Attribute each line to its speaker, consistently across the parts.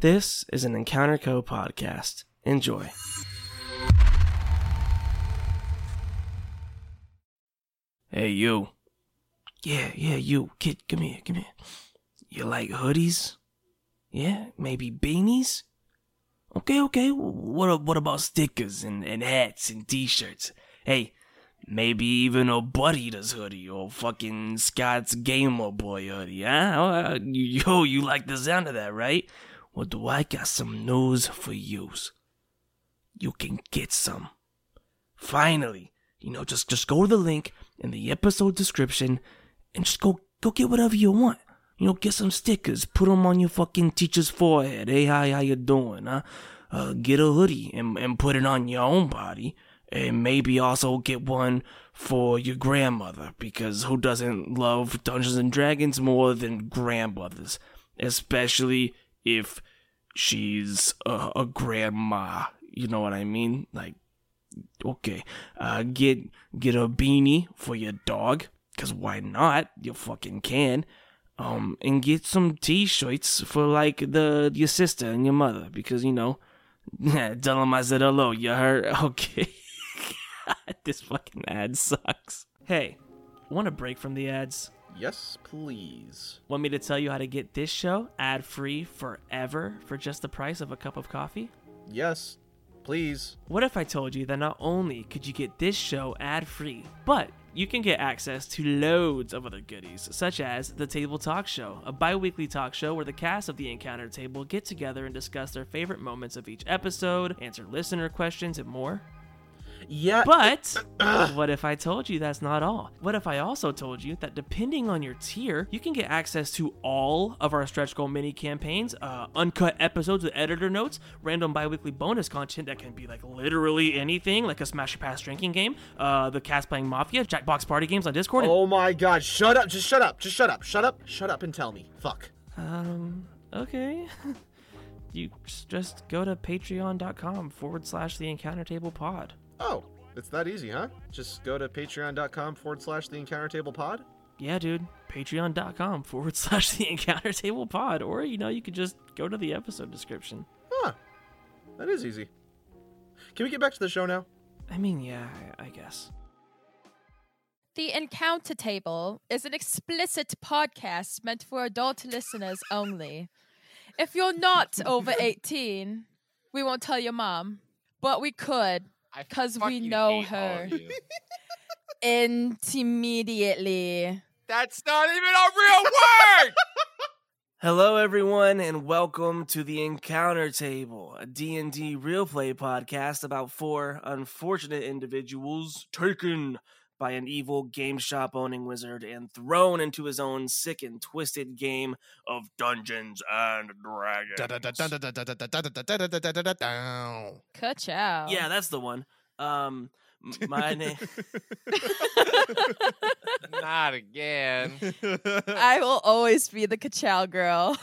Speaker 1: This is an Encounter Co podcast. Enjoy. Hey, you. Yeah, yeah, you. Kid, come here, come here. You like hoodies? Yeah, maybe beanies? Okay, okay. What what about stickers and, and hats and t-shirts? Hey, maybe even a Bud Eaters hoodie or fucking Scott's Gamer Boy hoodie, huh? Oh, uh, Yo, you like the sound of that, right? Well, do I got some news for yous? You can get some. Finally, you know, just just go to the link in the episode description and just go go get whatever you want. You know, get some stickers, put them on your fucking teacher's forehead. Hey, hi, how you doing, huh? Uh, get a hoodie and, and put it on your own body. And maybe also get one for your grandmother, because who doesn't love Dungeons and Dragons more than grandmothers? Especially if she's a, a grandma. You know what I mean? Like, okay uh get get a beanie for your dog because why not you fucking can um and get some t-shirts for like the your sister and your mother because you know tell them i said hello you heard okay this fucking ad sucks hey want a break from the ads
Speaker 2: Yes, please.
Speaker 1: want me to tell you how to get this show ad-free forever for just the price of a cup of coffee
Speaker 2: Yes, please.
Speaker 1: What if I told you that not only could you get this show ad free, but you can get access to loads of other goodies, such as The Table Talk Show, a bi weekly talk show where the cast of the Encounter Table get together and discuss their favorite moments of each episode, answer listener questions, and more.
Speaker 2: Yeah.
Speaker 1: But what if I told you that's not all? What if I also told you that depending on your tier, you can get access to all of our stretch goal mini campaigns, uh, uncut episodes with editor notes, random bi-weekly bonus content that can be like literally anything, like a Smash Your Pass drinking game, uh, the cast playing Mafia, Jackbox party games on Discord. and-
Speaker 2: oh my god, shut up. Just shut up. Just shut up. Shut up. Shut up and tell me. Fuck.
Speaker 1: Um, okay. you s- just go to patreon.com forward slash the encounter table pod.
Speaker 2: Oh, it's that easy, huh? Just go to patreon.com forward slash the encounter table pod.
Speaker 1: yeah, dude, patreon.com forward slash the encounter table pod, or you know, you could just go to the episode description.
Speaker 2: Huh. That is easy. Can we get back to the show now?
Speaker 1: I mean, yeah, I, I guess.
Speaker 3: The Encounter Table is an explicit podcast meant for adult listeners only. If you're not over 18, we won't tell your mom, but we could
Speaker 4: I
Speaker 3: 'Cause we
Speaker 4: fucking
Speaker 3: know
Speaker 4: hate all
Speaker 3: her.
Speaker 4: of you.
Speaker 3: immediately.
Speaker 4: That's not even a real word.
Speaker 1: Hello, everyone, and welcome to the Encounter Table, a D&D real play podcast about four unfortunate individuals taken by an evil game shop owning wizard and thrown into his own sick and twisted game of Dungeons and Dragons.
Speaker 3: Ka-chow.
Speaker 1: Yeah, that's the one. Um, m- my name.
Speaker 4: not again.
Speaker 3: I will always be the ka girl.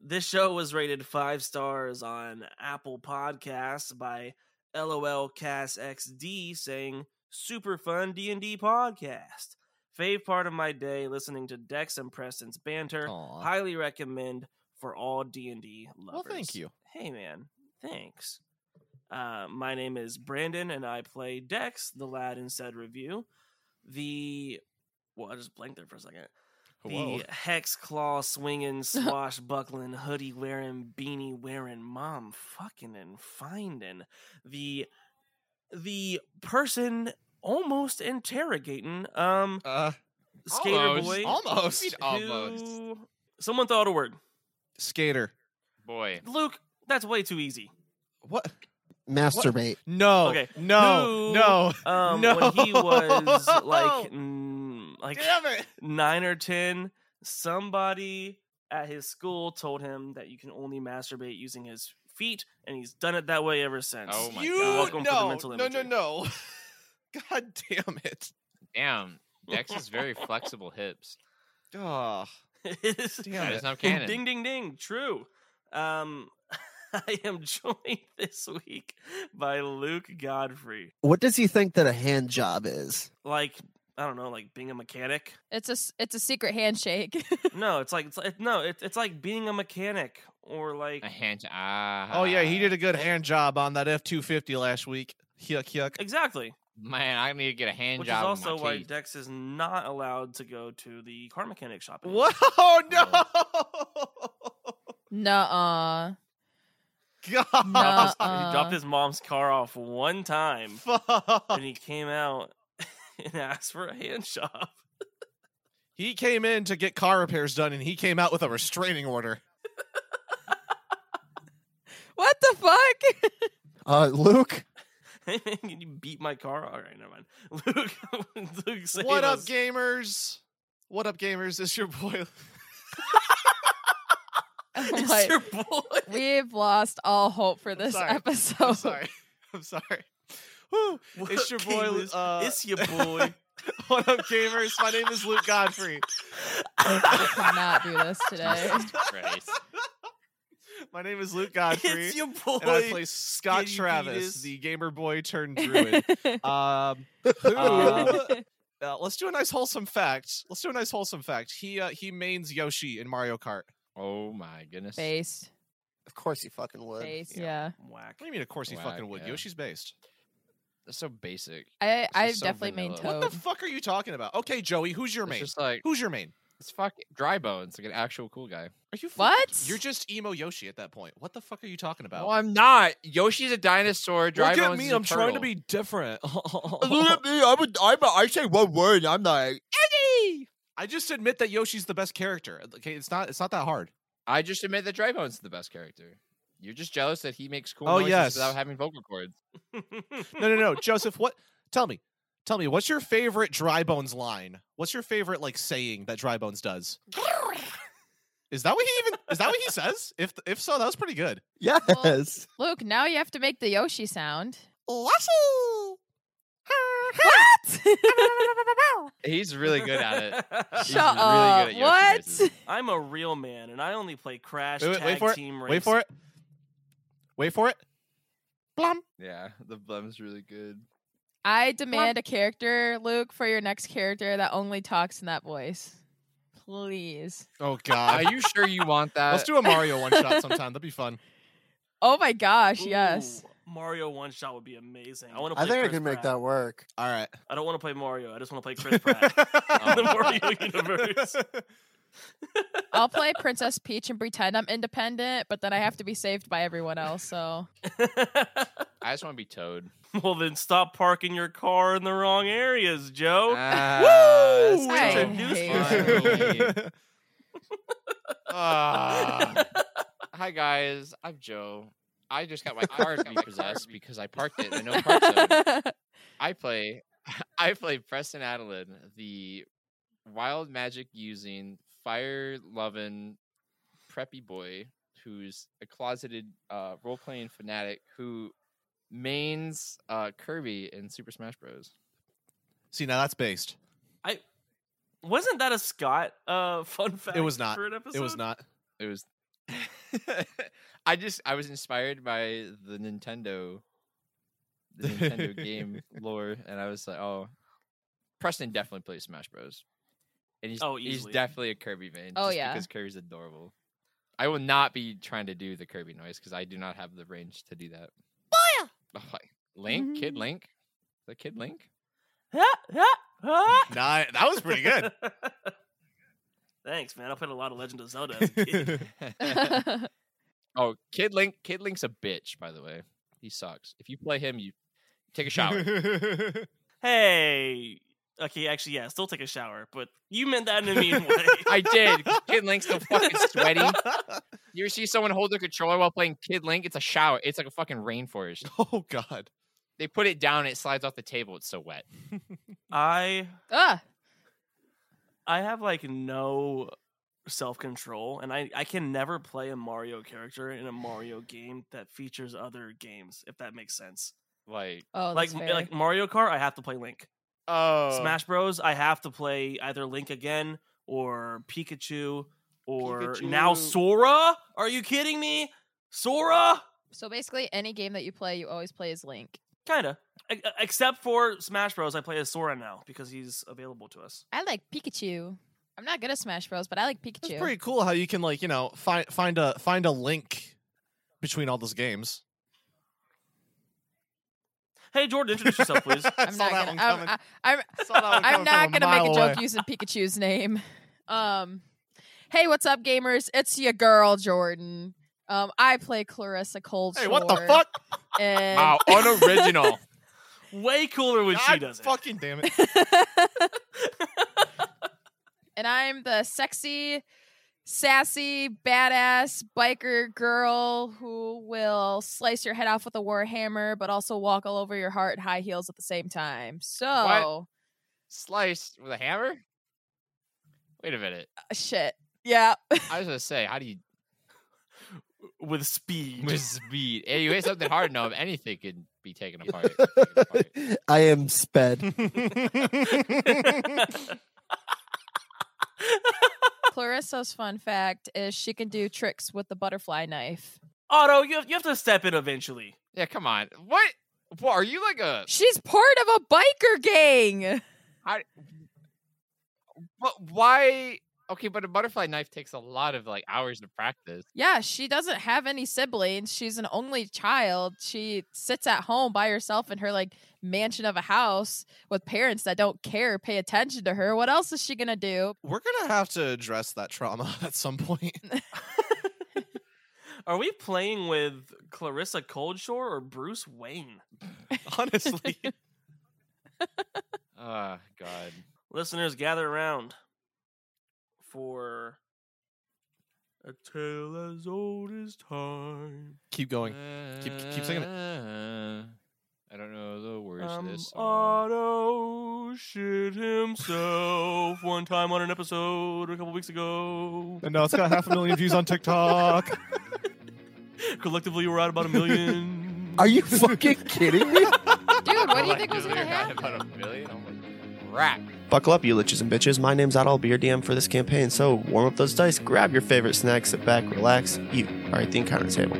Speaker 1: This show was rated five stars on Apple Podcasts by LOL XD, saying super fun D and D podcast. Fave part of my day listening to Dex and Preston's banter.
Speaker 2: Aw.
Speaker 1: Highly recommend for all D and D lovers.
Speaker 2: Well, thank you.
Speaker 1: Hey man, thanks. Uh, my name is Brandon, and I play Dex, the lad in said review. The well, I just blanked there for a second.
Speaker 5: Hello.
Speaker 1: The hex claw swinging, swashbuckling, hoodie wearing, beanie wearing, mom fucking and finding the the person almost interrogating um
Speaker 5: Uh,
Speaker 1: skater
Speaker 4: Almost.
Speaker 1: boy
Speaker 5: almost.
Speaker 1: who-
Speaker 4: Almost.
Speaker 1: someone thought a word
Speaker 5: Skater.
Speaker 4: Boy,
Speaker 1: luke that's way too easy
Speaker 5: What?
Speaker 6: Masturbate.
Speaker 5: No.
Speaker 1: Okay. Who-
Speaker 5: No. No.
Speaker 1: um
Speaker 5: No.
Speaker 1: when he was like mm, like
Speaker 5: Damn it.
Speaker 1: nine or ten, somebody at his school told him that you can only masturbate using his feet, and he's done it that way ever since.
Speaker 4: Oh my
Speaker 5: you
Speaker 4: God.
Speaker 1: Welcome to the
Speaker 5: no.
Speaker 1: mental
Speaker 5: no. No.
Speaker 1: imagery.
Speaker 5: No. God damn it.
Speaker 4: damn. Dex has very flexible hips.
Speaker 5: Oh,
Speaker 1: It is-
Speaker 5: damn
Speaker 4: That
Speaker 5: it.
Speaker 4: is not canon.
Speaker 1: ding ding ding, true. Um, I am joined this week by Luke Godfrey.
Speaker 6: What does he think that a hand job is?
Speaker 1: Like I don't know, like being a mechanic.
Speaker 3: It's a s- it's a secret handshake.
Speaker 1: no, it's like it's like, no, it's it's like being a mechanic or like
Speaker 4: A hand. Ah.
Speaker 5: Oh yeah, he did a good hand job on that F two fifty last week. Yuck yuck.
Speaker 1: exactly.
Speaker 4: Man, I need to get a hand
Speaker 1: Which is
Speaker 4: job.
Speaker 1: also
Speaker 4: on my
Speaker 1: why
Speaker 4: teeth.
Speaker 1: Dex is not allowed to go to the car mechanic shop. anymore.
Speaker 5: Whoa no.
Speaker 3: Nuh-uh.
Speaker 5: God.
Speaker 3: Nuh.
Speaker 1: Dropped his- he
Speaker 3: Uh.
Speaker 1: dropped his mom's car off one time,
Speaker 5: Fuck.
Speaker 1: and he came out and asked for a hand job.
Speaker 5: He came in to get car repairs done, and he came out with a restraining order.
Speaker 3: What the fuck?
Speaker 5: Uh, Luke.
Speaker 1: Hey man, can you beat my car? All right, never mind. Luke, Luke, save
Speaker 5: What up,
Speaker 1: us.
Speaker 5: gamers? What up, gamers? It's your boy.
Speaker 3: Oh
Speaker 1: It's
Speaker 3: my-
Speaker 1: your boy.
Speaker 3: We've lost all hope for this
Speaker 5: sorry. I'm
Speaker 3: episode.
Speaker 5: I'm sorry. I'm sorry. Whew. It's your boy,
Speaker 1: Gamers.
Speaker 5: uh,
Speaker 1: it's your boy.
Speaker 5: What up, gamers? My name is Luke Godfrey.
Speaker 3: I cannot do this today.
Speaker 4: Jesus Christ.
Speaker 5: My name is Luke Godfrey,
Speaker 1: it's your boy.
Speaker 5: and I play Scott
Speaker 1: skinny
Speaker 5: Travis,
Speaker 1: fetus.
Speaker 5: the gamer boy turned druid. um, uh, uh, let's do a nice wholesome fact. Let's do a nice wholesome fact. He uh, he mains Yoshi in Mario Kart.
Speaker 4: Oh my goodness.
Speaker 3: Based.
Speaker 6: Of course he fucking would.
Speaker 3: Based.
Speaker 1: Yeah.
Speaker 3: Yeah.
Speaker 1: Whack.
Speaker 5: What do you mean? Of course he
Speaker 4: Whack,
Speaker 5: fucking would.
Speaker 4: yeah.
Speaker 5: Yoshi's based.
Speaker 4: That's so basic.
Speaker 3: I I've
Speaker 4: just so
Speaker 3: definitely main
Speaker 4: vanilla.
Speaker 5: What the
Speaker 3: toad.
Speaker 5: fuck are you talking about? Okay, Joey, who's your
Speaker 4: It's
Speaker 5: main?
Speaker 4: just like
Speaker 5: Who's your main?
Speaker 4: it's fuck dry bones, like an actual cool guy.
Speaker 5: Are you fucking-
Speaker 3: What?
Speaker 5: You're just emo Yoshi at that point. What the fuck are you talking about?
Speaker 4: No, I'm not. Yoshi's a dinosaur. Dry
Speaker 5: Look at
Speaker 4: bones
Speaker 5: me.
Speaker 4: is a
Speaker 5: I'm trying to
Speaker 4: turtle.
Speaker 5: be different.
Speaker 6: me. I would. I'm, I say one word. I'm like,
Speaker 5: I just admit that Yoshi's the best character. Okay, it's not. It's not that hard.
Speaker 4: I just admit that Dry Bones is the best character. You're just jealous that he makes cool
Speaker 5: Oh,
Speaker 4: noises
Speaker 5: yes.
Speaker 4: without having vocal cords.
Speaker 5: No, no, no, Joseph. What? Tell me. Tell me. What's your favorite Dry Bones line? What's your favorite like saying that Dry Bones does? Is that what he even? Is that what he says? If if so, that was pretty good.
Speaker 6: yes.
Speaker 3: Luke, now you have to make the Yoshi sound.
Speaker 4: He's really good at it. He's
Speaker 3: Shut
Speaker 4: really good
Speaker 3: up.
Speaker 4: at Yoshi
Speaker 3: what?
Speaker 4: noises.
Speaker 1: I'm a real man, and I only play Crash
Speaker 5: Wait, wait,
Speaker 1: Tag
Speaker 5: wait for it,
Speaker 1: Team Racing.
Speaker 5: Wait for it. Wait for it. Blum.
Speaker 4: Yeah, the bum's really good.
Speaker 3: I demand a character, Luke, for your next character that only talks in that voice. Please.
Speaker 5: Oh
Speaker 4: Are
Speaker 5: God.
Speaker 4: you sure you want that?
Speaker 5: Let's do a Mario one shot sometime. That'd be fun.
Speaker 3: Oh my gosh, yes.
Speaker 1: Ooh, Mario one shot would be amazing. I want to.
Speaker 6: I think I can make that work.
Speaker 5: All right.
Speaker 1: I don't want to play Mario. I just want to play Chris Pratt.
Speaker 5: Oh.
Speaker 4: the
Speaker 1: Mario universe.
Speaker 3: I'll play Princess Peach and pretend I'm independent, but then I have to be saved by everyone else. So
Speaker 4: I just want to be Toad.
Speaker 1: well, then stop parking your car in the wrong areas,
Speaker 4: Oh,
Speaker 1: Joe.
Speaker 5: Uh,
Speaker 4: Ah, that's
Speaker 5: Woo!
Speaker 4: so
Speaker 1: I
Speaker 3: hate
Speaker 4: funny.
Speaker 5: Ah.
Speaker 4: Hi guys, I'm Joe. I just got my car repossessed because I parked it in a no park zone. I play, I play Preston Adeline, the wild magic using fire loving preppy boy who's a closeted uh, role playing fanatic who mains uh, Kirby in Super Smash Bros.
Speaker 5: See, now that's based.
Speaker 1: Wasn't that a Scott uh, fun fact?
Speaker 5: was not.
Speaker 1: For an episode?
Speaker 5: It was not.
Speaker 4: It was. I just I was inspired by the Nintendo, the Nintendo game lore, and I was like, oh, Preston definitely plays Smash Bros. And he's
Speaker 1: Oh,
Speaker 4: he's
Speaker 1: easily.
Speaker 4: definitely a Kirby fan.
Speaker 3: Oh,
Speaker 4: just
Speaker 3: yeah.
Speaker 4: because Kirby's adorable. I will not be trying to do the Kirby noise because I do not have the range to do that. Oh, like, Link, Kid Link, the Kid Link.
Speaker 5: Nah, that was pretty good.
Speaker 1: Thanks, man. I played a lot of Legend of Zelda as a kid.
Speaker 4: oh, Kid Link, Kid Link's a bitch. By the way, he sucks. If you play him, you take a shower.
Speaker 1: hey. Okay, actually, yeah, still take a shower, but you meant that in a mean way.
Speaker 4: I did. Kid Link's so fucking sweaty. You ever see someone hold their controller while playing Kid Link? It's a shower. It's like a fucking rainforest.
Speaker 5: oh God.
Speaker 4: They put it down, it slides off the table. It's so wet.
Speaker 1: I
Speaker 3: ah,
Speaker 1: I have like no self control, and I I can never play a Mario character in a Mario game that features other games. If that makes sense,
Speaker 4: Like,
Speaker 3: oh,
Speaker 1: like
Speaker 3: that's fair.
Speaker 1: like Mario Kart, I have to play Link.
Speaker 4: oh,
Speaker 1: Smash Bros, I have to play either Link again or Pikachu or now
Speaker 4: Pikachu.
Speaker 1: Sora. Are you kidding me, Sora?
Speaker 3: so basically, any game that you play, you always play as Link.
Speaker 1: Kinda. E- Except for Smash Bros, I play as Sora now because he's available to us.
Speaker 3: I like Pikachu. I'm not good at Smash Bros, but I like
Speaker 5: It's
Speaker 3: Pikachu.
Speaker 5: pretty cool how you can like you know find find a find a link between all those games.
Speaker 1: Hey, Jordan, introduce yourself, please.
Speaker 5: I
Speaker 3: I'm
Speaker 5: saw
Speaker 3: not
Speaker 5: that
Speaker 3: gonna,
Speaker 5: one
Speaker 3: I'm-
Speaker 5: coming.
Speaker 3: I, I'm,
Speaker 5: Saw that one
Speaker 3: I'm
Speaker 5: coming
Speaker 3: not
Speaker 5: from
Speaker 3: gonna make a
Speaker 5: mile
Speaker 3: joke
Speaker 5: away.
Speaker 3: using Pikachu's name. Um, hey, what's up, gamers? It's your girl Jordan. Um, I play Clarissa Cold.
Speaker 5: Hey, what the fuck?
Speaker 3: And
Speaker 4: Wow, unoriginal.
Speaker 1: Way cooler when she
Speaker 5: God
Speaker 1: does it.
Speaker 5: fucking damn it!
Speaker 3: and I'm the sexy, sassy, badass biker girl who will slice your head off with a warhammer, but also walk all over your heart in high heels at the same time. So
Speaker 4: Sliced with a hammer? Wait a minute.
Speaker 3: uh, shit. Yeah.
Speaker 4: I was gonna say, how do you
Speaker 1: With speed.
Speaker 4: with speed? Hey, you hit something hard enough, anything can be taken apart.
Speaker 6: I am sped.
Speaker 3: Clarissa's fun fact is she can do tricks with the butterfly knife.
Speaker 1: Otto, you have, you have to step in eventually.
Speaker 4: yeah, come on. What? What are you like a?
Speaker 3: She's part of a biker gang.
Speaker 4: But why? Okay, but a butterfly knife takes a lot of like hours to practice.
Speaker 3: Yeah, she doesn't have any siblings. She's an only child. She sits at home by herself in her like mansion of a house with parents that don't care, pay attention to her. What else is she gonna do?
Speaker 5: We're gonna have to address that trauma at some point.
Speaker 1: Are we playing with Clarissa Coldshore or Bruce Wayne?
Speaker 5: Honestly,
Speaker 4: Oh God.
Speaker 1: Listeners, gather around for a tale as old as time.
Speaker 5: keep going. keep- keep singing
Speaker 4: it. I don't know the words to
Speaker 1: Um,
Speaker 3: uh,
Speaker 4: this song.
Speaker 1: Otto shit himself one time on an episode a couple weeks ago.
Speaker 5: And now it's got half a million views on TikTok.
Speaker 1: Collectively, we're at about a million.
Speaker 6: Are you fucking kidding me?
Speaker 3: Dude, what do you
Speaker 4: Like,
Speaker 3: think was
Speaker 4: dude,
Speaker 3: gonna
Speaker 4: I got
Speaker 3: happen?
Speaker 4: About a million? I'm like, crap.
Speaker 7: Buckle up, you liches and bitches. My name's Adol, be your DM for this campaign. So warm up those dice, grab your favorite snack, sit back, relax. You are at the encounter table.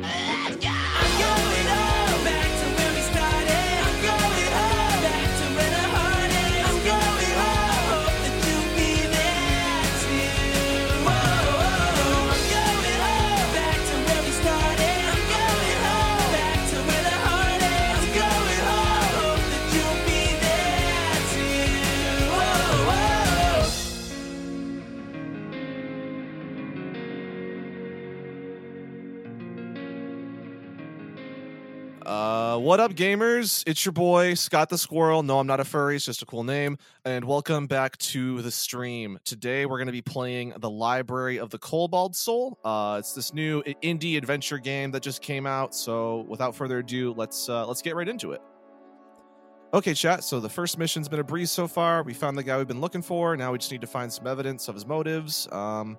Speaker 5: Uh, what up, gamers? It's your boy Scott the Squirrel. No, I'm not a furry. It's just a cool name. And welcome back to the stream. Today we're going to be playing the Library of the Cobalt Soul. Uh, it's this new i- indie adventure game that just came out. So without further ado, let's uh, let's get right into it. Okay, chat. So the first mission's been a breeze so far. We found the guy we've been looking for. Now we just need to find some evidence of his motives. Um,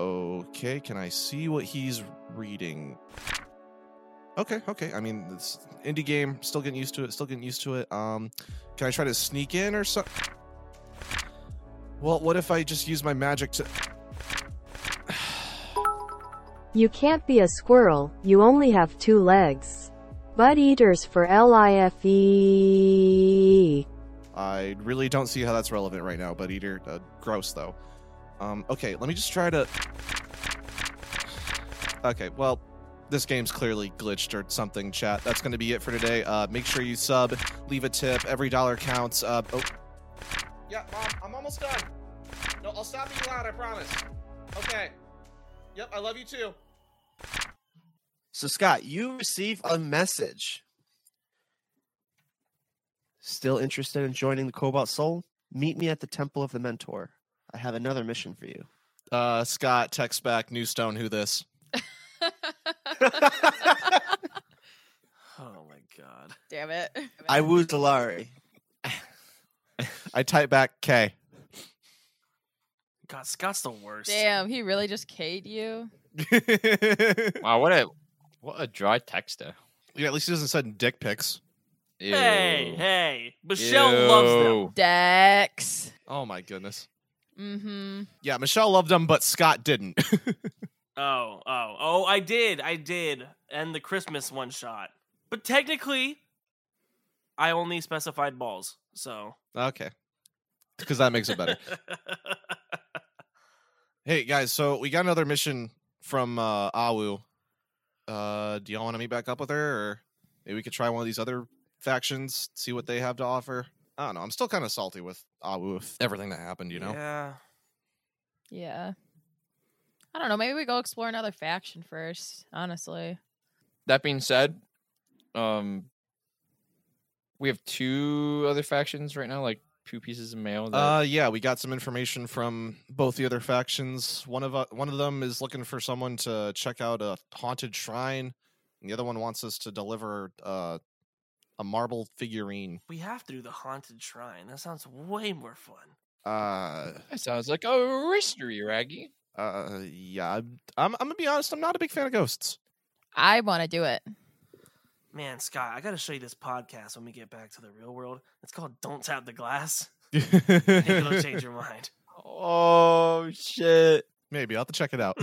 Speaker 5: okay, can I see what he's reading? Okay, okay. I mean, it's indie game. Still getting used to it. Still getting used to it. Um, can I try to sneak in or something? Well, what if I just use my magic to?
Speaker 8: You can't be a squirrel, you only have two legs. Bud eaters for LIFE.
Speaker 5: I really don't see how that's relevant right now. But eater, uh, gross though. Um, okay, let me just try to. Okay, well, this game's clearly glitched or something. Chat. That's going to be it for today. Uh, make sure you sub, leave a tip. Every dollar counts. Uh, oh. Yeah, mom, I'm almost done. No, I'll stop being loud. I promise. Okay. Yep, I love you too.
Speaker 7: So, Scott, you receive a message. Still interested in joining the Cobalt Soul? Meet me at the Temple of the Mentor. I have another mission for you.
Speaker 5: Uh, Scott text back, New Stone, who this?
Speaker 1: Oh my god.
Speaker 3: Damn it.
Speaker 7: I woo Delari.
Speaker 5: I type back K.
Speaker 1: God, Scott's the worst.
Speaker 3: Damn, he really just K'd you.
Speaker 5: yeah,
Speaker 4: Wow, what a what a dry texter.
Speaker 5: at least he doesn't send dick pics.
Speaker 1: Hey,
Speaker 4: Ew.
Speaker 1: hey. Michelle loves them.
Speaker 4: Ew.
Speaker 3: Dex.
Speaker 5: Oh my goodness.
Speaker 3: Mm-hmm.
Speaker 5: Yeah, Michelle loved him, but Scott didn't.
Speaker 1: Oh, oh, oh, I did. I did. And the Christmas one shot. But technically, I only specified balls. So.
Speaker 5: Okay. Because that makes it better. hey guys, so we got another mission from uh, Awu. Uh, do y'all want to meet back up with her, or maybe we could try one of these other factions, see what they have to offer? I don't know. I'm still kind of salty with Awu with everything that happened. You know,
Speaker 1: Yeah.
Speaker 3: Yeah. I don't know. Maybe we go explore another faction first, honestly.
Speaker 4: That being said, um, we have two other factions right now, like two pieces of mail. That,
Speaker 5: Uh, yeah, we got some information from both the other factions. One of uh, one of them is looking for someone to check out a haunted shrine, and the other one wants us to deliver uh, a marble figurine.
Speaker 1: We have to do the haunted shrine. That sounds way more fun.
Speaker 5: Uh,
Speaker 4: that sounds like a mystery, Raggy.
Speaker 5: uh, yeah, I'm, I'm I'm gonna be honest. I'm not a big fan of ghosts.
Speaker 3: I want to do it.
Speaker 1: Man, Scott, I got to show you this podcast when we get back to the real world. It's called Don't Tap the Glass. I think it'll change your mind.
Speaker 4: Oh shit!
Speaker 5: Maybe I'll have to check it out.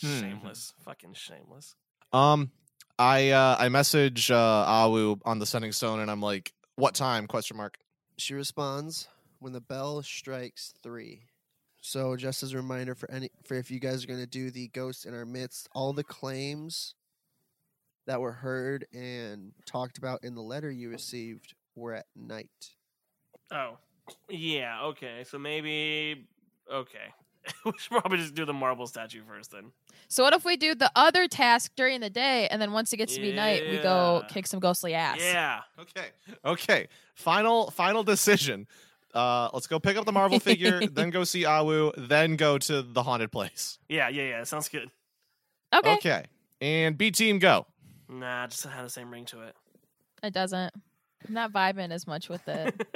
Speaker 4: Hmm.
Speaker 1: shameless. Fucking shameless.
Speaker 5: Um, I uh, I message uh, Awu on the sending stone, and I'm like, "What time?" Question mark.
Speaker 9: She responds when the bell strikes three. So just as a reminder for any for if you guys are gonna do the ghost in our midst, all the claims that were heard and talked about in the letter you received were at night.
Speaker 1: Oh, yeah. Okay. So maybe. Okay. we should probably just do the marble statue first then.
Speaker 3: So what if we do the other task during the day, and then once it gets to be night, we go
Speaker 1: Yeah.
Speaker 3: kick some ghostly ass?
Speaker 1: Yeah.
Speaker 5: Okay. Okay. Final final decision. Uh let's go pick up the marble figure, then go see Awu, then go to the haunted place.
Speaker 1: Yeah. Yeah. Yeah. Sounds good.
Speaker 3: Okay.
Speaker 5: And B team go.
Speaker 1: Nah, just had the same ring to it.
Speaker 3: It doesn't. I'm not vibing as much with it.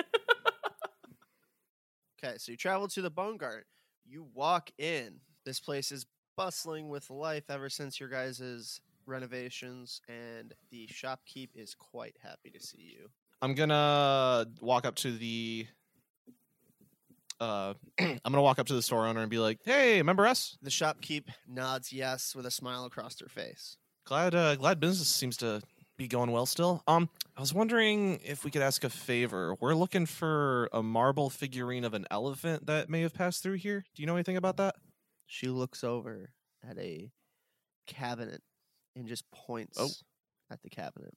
Speaker 9: Okay, so you travel to the Bone Garden. You walk in. This place is bustling with life ever since your guys' renovations, and the shopkeep is quite happy to see you.
Speaker 5: I'm gonna walk up to the uh I'm gonna walk up to the store owner and be like, hey, remember us?
Speaker 9: The shopkeep nods yes with a smile across her face.
Speaker 5: Glad uh glad business seems to be going well still. Um I was wondering if we could ask a favor. We're looking for a marble figurine of an elephant that may have passed through here. Do you know anything about that?
Speaker 9: She looks over at a cabinet and just points at the cabinet.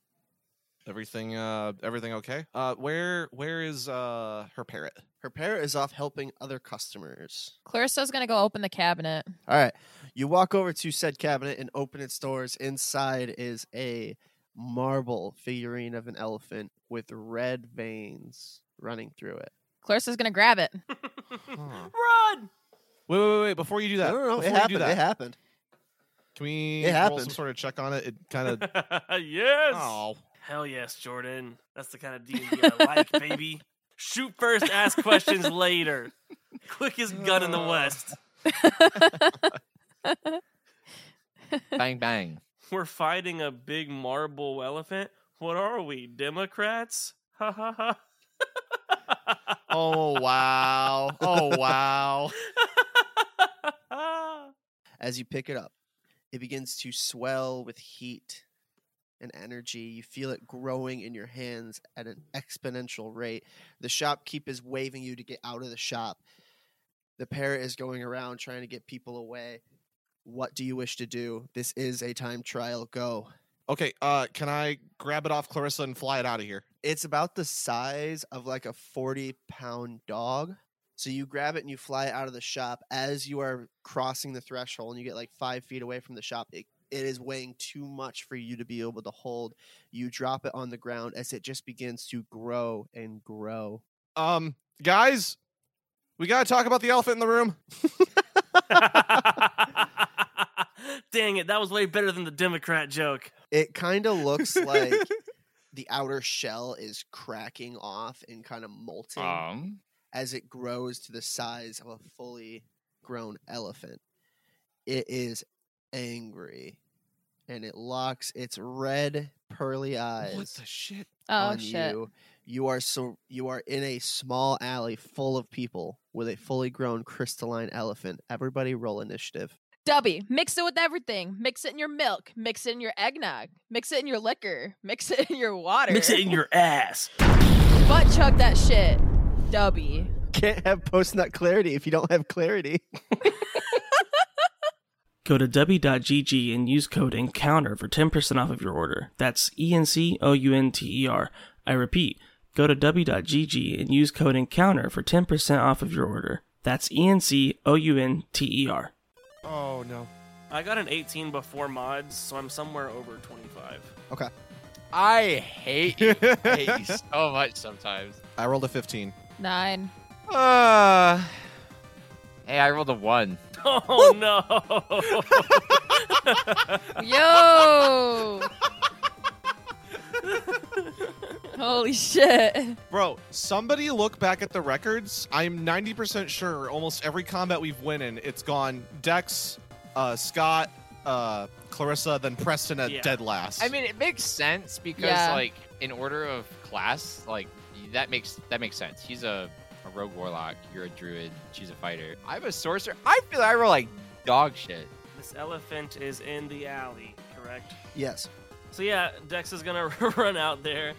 Speaker 5: Everything uh everything okay? Uh where where is uh her parrot?
Speaker 9: Her parrot is off helping other customers.
Speaker 3: Clarissa's gonna go open the cabinet.
Speaker 9: All right. You walk over to said cabinet and open its doors. Inside is a marble figurine of an elephant with red veins running through it.
Speaker 3: Clarissa's gonna grab it.
Speaker 1: Run!
Speaker 5: Wait, wait, wait, wait, before you do that. before
Speaker 9: It
Speaker 5: you do
Speaker 9: happened. It
Speaker 5: that,
Speaker 9: happened.
Speaker 5: Can we roll
Speaker 9: It
Speaker 5: some
Speaker 9: happened.
Speaker 5: sort of check on it? It kind of
Speaker 1: yes.
Speaker 5: Oh.
Speaker 1: Hell yes, Jordan. That's the kind of D I like, baby. Shoot first, ask questions later. Quickest gun in the west.
Speaker 4: Bang bang.
Speaker 1: We're fighting a big marble elephant. What are we, Democrats? Ha ha ha.
Speaker 5: Oh wow. Oh wow.
Speaker 9: As you pick it up, it begins to swell with heat and energy. You feel it growing in your hands at an exponential rate. The shopkeep is waving you to get out of the shop. The parrot is going around trying to get people away. What do you wish to do? This is a time trial. Go.
Speaker 5: Okay, uh can I grab it off Clarissa and fly it out of here?
Speaker 9: It's about the size of like a 40 pound dog. So you grab it and you fly it out of the shop. As you are crossing the threshold and you get like five feet away from the shop, it, it is weighing too much for you to be able to hold. You drop it on the ground as it just begins to grow and grow.
Speaker 5: Um guys, we got to talk about the elephant in the room.
Speaker 1: Dang it, that was way better than the Democrat joke.
Speaker 9: It kind of looks like the outer shell is cracking off and kind of molting
Speaker 4: Um,
Speaker 9: as it grows to the size of a fully grown elephant. It is angry and it locks its red pearly eyes
Speaker 5: shit?
Speaker 3: Oh
Speaker 9: on
Speaker 3: shit.
Speaker 9: you. You are so you are in a small alley full of people with a fully grown crystalline elephant. Everybody roll initiative.
Speaker 3: Dubby, mix it with everything. Mix it in your milk. Mix it in your eggnog. Mix it in your liquor. Mix it in your water.
Speaker 1: Mix it in your ass.
Speaker 3: Butt chug that shit. Dubby.
Speaker 9: Can't have post nut clarity if you don't have clarity.
Speaker 1: Go to w.gg and use code ENCOUNTER for 10% off of your order. That's E N C O U N T E R. I repeat, go to w.gg and use code ENCOUNTER for 10% off of your order. That's E N C O U N T E R.
Speaker 5: Oh no.
Speaker 1: I got an 18 before mods, so I'm somewhere over 25.
Speaker 4: I hate you. I hate you so much sometimes.
Speaker 5: I rolled a 15.
Speaker 3: Nine.
Speaker 4: Uh, hey, I rolled a one.
Speaker 1: Oh no!
Speaker 3: Yo. Holy shit.
Speaker 5: Bro, somebody look back at the records. I'm 90% sure almost every combat we've won in, it's gone Dex, uh, Scott, uh, Clarissa, then Preston at
Speaker 1: Yeah.
Speaker 5: dead last.
Speaker 4: I mean, it makes sense because
Speaker 3: Yeah.
Speaker 4: like in order of class, like that makes that makes sense. He's a, a rogue warlock. You're a druid. She's a fighter. I'm a sorcerer. I feel I roll like dog shit.
Speaker 1: this elephant is in the alley, correct?
Speaker 9: yes.
Speaker 1: So yeah, Dex is gonna run out there,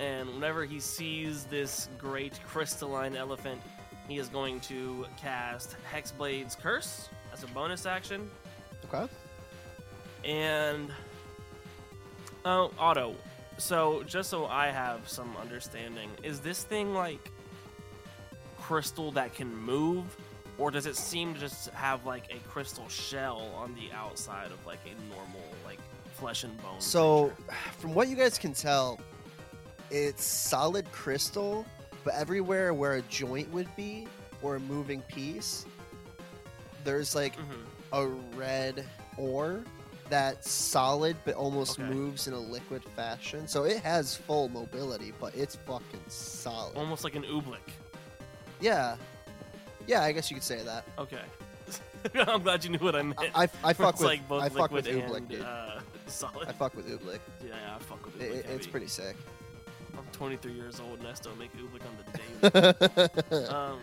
Speaker 1: and whenever he sees this great crystalline elephant, he is going to cast Hexblade's Curse as a bonus action.
Speaker 9: Okay.
Speaker 1: And oh, Otto. So just so I have some understanding, is this thing like crystal that can move, or does it seem to just have like a crystal shell on the outside of like a normal like flesh and bone?
Speaker 9: So,
Speaker 1: creature?
Speaker 9: from what you guys can tell, it's solid crystal, but everywhere where a joint would be or a moving piece, there's like
Speaker 1: Mhm.
Speaker 9: a red ore that's solid but almost
Speaker 1: Okay.
Speaker 9: moves in a liquid fashion. So it has full mobility, but it's fucking solid.
Speaker 1: almost like an oobleck.
Speaker 9: Yeah. Yeah, I guess you could say that.
Speaker 1: Okay. I'm glad you knew what I meant.
Speaker 9: I, I, I fuck
Speaker 1: it's
Speaker 9: with
Speaker 1: like both
Speaker 9: I fuck with
Speaker 1: liquid
Speaker 9: Ublik,
Speaker 1: and
Speaker 9: dude.
Speaker 1: uh, solid.
Speaker 9: I fuck with Ublik.
Speaker 1: yeah, yeah, I fuck with
Speaker 9: It,
Speaker 1: Ublik.
Speaker 9: it- it's
Speaker 1: heavy.
Speaker 9: pretty sick.
Speaker 1: I'm 23 years old and I still make Ublik on the daily.
Speaker 9: okay.
Speaker 1: Um,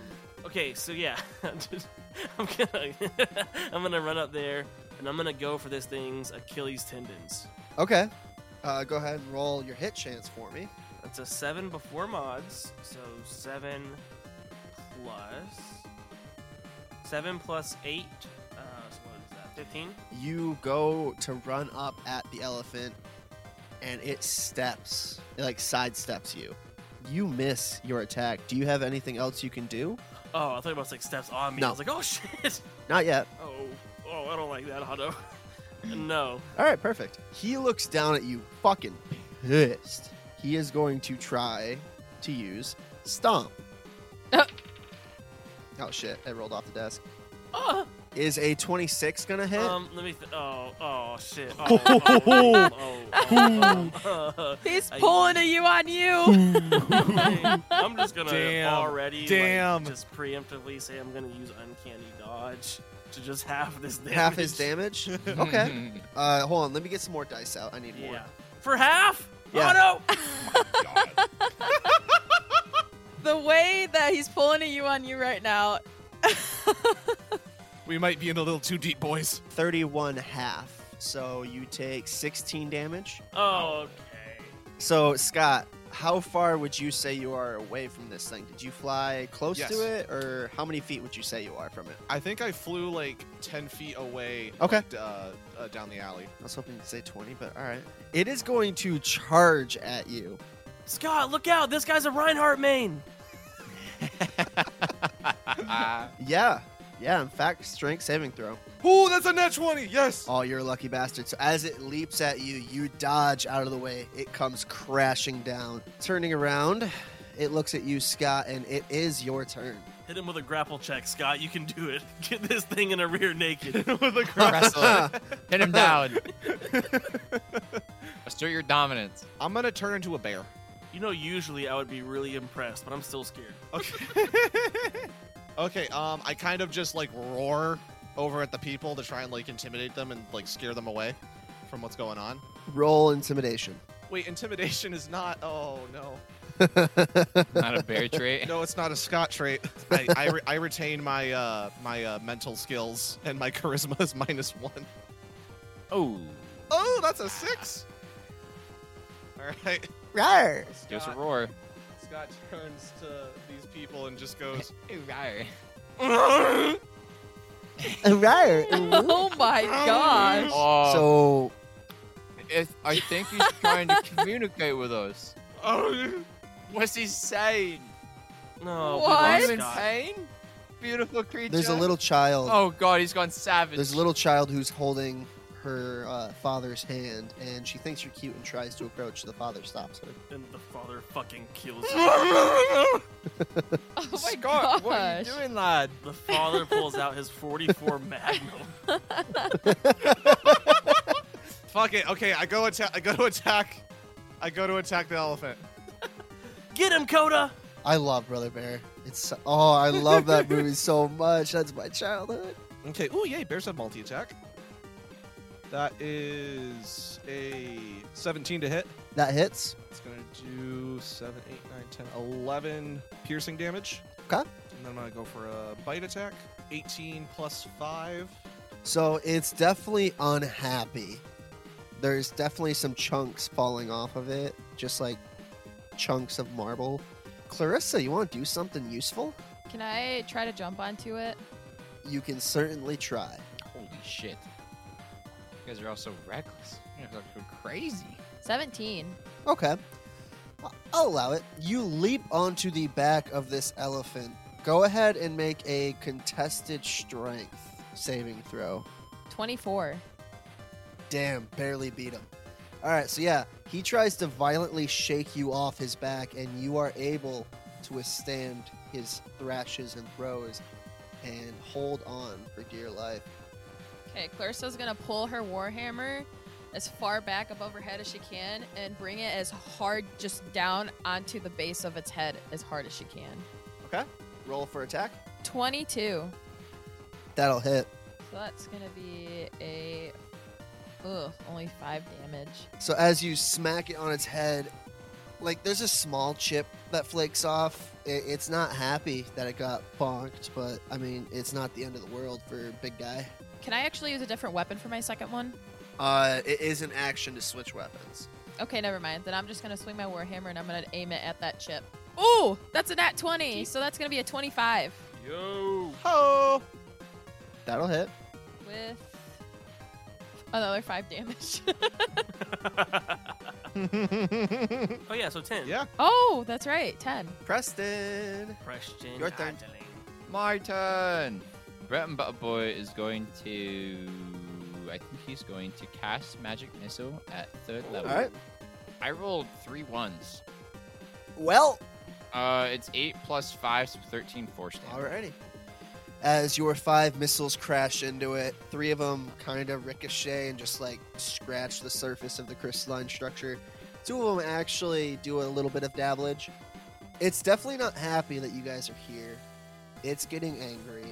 Speaker 1: okay, so yeah, Just- I'm gonna I'm gonna run up there and I'm gonna go for this thing's Achilles tendons.
Speaker 9: Uh, go ahead and roll your hit chance for me.
Speaker 1: That's a seven before mods, so seven plus seven plus eight. Uh, so what is that? Fifteen.
Speaker 9: you go to run up at the elephant and it steps it like sidesteps you you miss your attack do you have anything else you can do
Speaker 1: Oh, I thought it was like steps on me. I
Speaker 9: No.
Speaker 1: was like, oh shit.
Speaker 9: not yet
Speaker 1: Oh, oh, I don't like that, Otto. no.
Speaker 9: all right perfect he looks down at you fucking pissed he is going to try to use stomp
Speaker 3: Uh.
Speaker 9: oh shit i rolled off the desk
Speaker 1: Ah!
Speaker 9: is a 26 gonna hit
Speaker 1: Um, let me. Th- oh, oh shit. Oh, oh, oh, oh, oh, oh, oh.
Speaker 3: He's
Speaker 1: I-
Speaker 3: pulling a you on you.
Speaker 1: I'm just gonna
Speaker 5: Damn.
Speaker 1: already like,
Speaker 5: Damn.
Speaker 1: just preemptively say I'm gonna use uncanny dodge to just half this damage.
Speaker 9: half his damage okay uh hold on let me get some more dice out i need more
Speaker 1: Yeah. For half?
Speaker 9: Yeah.
Speaker 1: Oh no!
Speaker 3: the way that he's pulling a you on you right now.
Speaker 5: we might be in a little too deep, boys.
Speaker 9: 31 half. So you take 16 damage.
Speaker 1: Oh, okay.
Speaker 9: So, Scott, how far would you say you are away from this thing? Did you fly close
Speaker 5: Yes.
Speaker 9: to it, or how many feet would you say you are from it?
Speaker 5: I think I flew like 10 feet away.
Speaker 9: Okay.
Speaker 5: like, uh, uh, down the alley.
Speaker 9: I was hoping you'd say 20, but all right. It is going to charge at you.
Speaker 1: Scott, look out! This guy's a Reinhardt main.
Speaker 5: Ah.
Speaker 9: Yeah. Yeah, in fact, strength saving throw.
Speaker 5: Ooh, that's a net 20. Yes.
Speaker 9: Oh, you're a lucky bastard. So, as it leaps at you, you dodge out of the way. It comes crashing down. Turning around, it looks at you, Scott, and it is your turn.
Speaker 1: Hit him with a grapple check, Scott. You can do it. Get this thing in a rear naked.
Speaker 5: With a
Speaker 4: Wrestle it. Pin him down. Assert your dominance.
Speaker 5: I'm gonna turn into a bear.
Speaker 1: You know, usually I would be really impressed, but I'm still scared.
Speaker 5: Okay. okay. Um, I kind of just like roar over at the people to try and like intimidate them and like scare them away from what's going on.
Speaker 9: Roll intimidation.
Speaker 5: Wait, intimidation is not. Oh no.
Speaker 4: Not a bear trait.
Speaker 5: No, it's not a Scott trait. I, I, re- I retain my uh, my uh, mental skills and my charisma is minus one.
Speaker 4: Oh,
Speaker 5: Oh, that's a six. All right.
Speaker 9: Rawr.
Speaker 4: give us a
Speaker 5: Scott-
Speaker 4: roar.
Speaker 5: Scott turns to these people and just goes,
Speaker 4: Oh,
Speaker 9: Rawr.
Speaker 3: oh my gosh.
Speaker 4: Oh,
Speaker 9: So
Speaker 4: if, I think he's trying to communicate with us.
Speaker 5: "Oh,
Speaker 4: What's he saying?
Speaker 1: No,
Speaker 3: What?
Speaker 4: Are
Speaker 1: we
Speaker 4: you
Speaker 1: lost Scott.
Speaker 4: insane? Beautiful creature.
Speaker 9: there's a little child.
Speaker 4: Oh god, he's gone savage.
Speaker 9: There's a little child who's holding her uh, father's hand, and she thinks you're cute and tries to approach. The father stops her.
Speaker 1: And the father fucking kills him.
Speaker 3: Oh my
Speaker 4: Scott, what are you
Speaker 3: gosh.
Speaker 4: doing, lad?
Speaker 1: The father pulls out his 44 Magnum.
Speaker 5: fuck it. Okay, I go attack. I go to attack. I go to attack the elephant.
Speaker 1: Get him, Coda!
Speaker 9: I love Brother Bear. It's so, oh, I love that movie so much. That's my childhood.
Speaker 5: Okay. Oh, yay! Bears have multi attack. That is a 17 to hit.
Speaker 9: That hits.
Speaker 5: It's gonna do 7, 8, 9, 10, 11 piercing damage.
Speaker 9: Okay.
Speaker 5: And then I'm gonna go for a bite attack. 18 plus 5.
Speaker 9: So it's definitely unhappy. There's definitely some chunks falling off of it, just like chunks of marble. Clarissa, you want to do something useful?
Speaker 3: Can I try to jump onto it?
Speaker 9: You can certainly try.
Speaker 4: Holy shit. You guys are all so reckless. You guys are so crazy.
Speaker 3: 17.
Speaker 9: Okay. I- I'll allow it. You leap onto the back of this elephant. Go ahead and make a contested strength saving throw.
Speaker 3: 24.
Speaker 9: Damn, barely beat him. All right, so yeah, he tries to violently shake you off his back, and you are able to withstand his thrashes and throws and hold on for dear life.
Speaker 3: Okay, Clarissa's gonna pull her warhammer as far back above her head as she can and bring it as hard just down onto the base of its head as hard as she can.
Speaker 9: Roll for attack.
Speaker 3: 22.
Speaker 9: That'll hit.
Speaker 3: So that's gonna be a ugh, only five damage.
Speaker 9: So as you smack it on its head, like there's a small chip that flakes off. It, it's not happy that it got bonked, but I mean, it's not the end of the world for a big guy.
Speaker 3: Can I actually use a different weapon for my second one?
Speaker 9: Uh, it is an action to switch weapons.
Speaker 3: Okay, never mind. Then I'm just gonna swing my warhammer and I'm gonna aim it at that chip. Ooh, that's a nat 20, so that's gonna be a 25
Speaker 2: Yo.
Speaker 5: Oh!
Speaker 9: That'll hit.
Speaker 3: with another five damage.
Speaker 1: Oh, yeah, so 10.
Speaker 5: Yeah.
Speaker 3: oh, that's right, 10.
Speaker 9: Preston.
Speaker 1: Preston
Speaker 9: Your turn.
Speaker 1: Adelaide.
Speaker 4: My turn. Brett and Butterboy is going to. I think he's going to cast Magic Missile at third level.
Speaker 9: All right.
Speaker 4: I rolled three ones.
Speaker 9: Well,
Speaker 4: Uh, it's eight plus five, so 13 force damage.
Speaker 9: alrighty. As your five missiles crash into it, three of them kind of ricochet and just like scratch the surface of the crystalline structure. Two of them actually do a little bit of dabblage. It's definitely not happy that you guys are here. It's getting angry.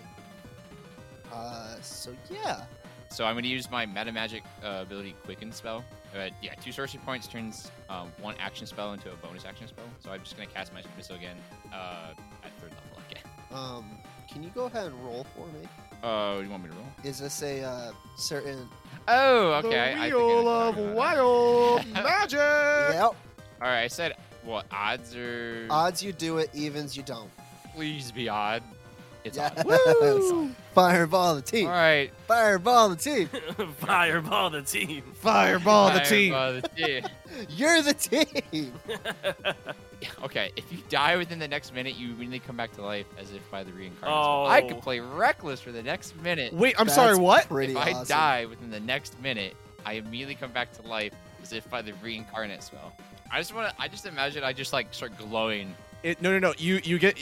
Speaker 9: Uh, so yeah,
Speaker 4: So I'm going to use my Meta Magic uh, ability Quicken spell. Uh, yeah, two sorcery points turns um, one action spell into a bonus action spell. So I'm just going to cast Magic Missile again uh, at third level again.
Speaker 9: um, can you go ahead and roll for me?
Speaker 4: Oh, you want me to roll?
Speaker 9: Is this a uh, certain?
Speaker 4: Oh, okay. I- I think I know what you're talking about.
Speaker 5: wild magic.
Speaker 9: Yep.
Speaker 4: All right, I said what odds are?
Speaker 9: Odds you do it, evens you don't.
Speaker 4: Please be odd. It's
Speaker 9: Yes.
Speaker 4: odd.
Speaker 9: Fireball the team.
Speaker 4: All right.
Speaker 9: Fireball the team.
Speaker 1: Fireball the team.
Speaker 5: Fireball Oh, the
Speaker 4: Fire
Speaker 5: team.
Speaker 4: by the team.
Speaker 9: You're the team.
Speaker 4: okay, if you die within the next minute, you immediately come back to life as if by the reincarnation.
Speaker 1: Oh.
Speaker 4: I could play reckless for the next minute.
Speaker 5: Wait, I'm
Speaker 9: That's
Speaker 5: sorry, what?
Speaker 9: Pretty
Speaker 4: if I
Speaker 9: awesome.
Speaker 4: die within the next minute, I immediately come back to life as if by the reincarnate spell. I just want to. I just imagine I just like start glowing.
Speaker 5: It, no, no, no. You you get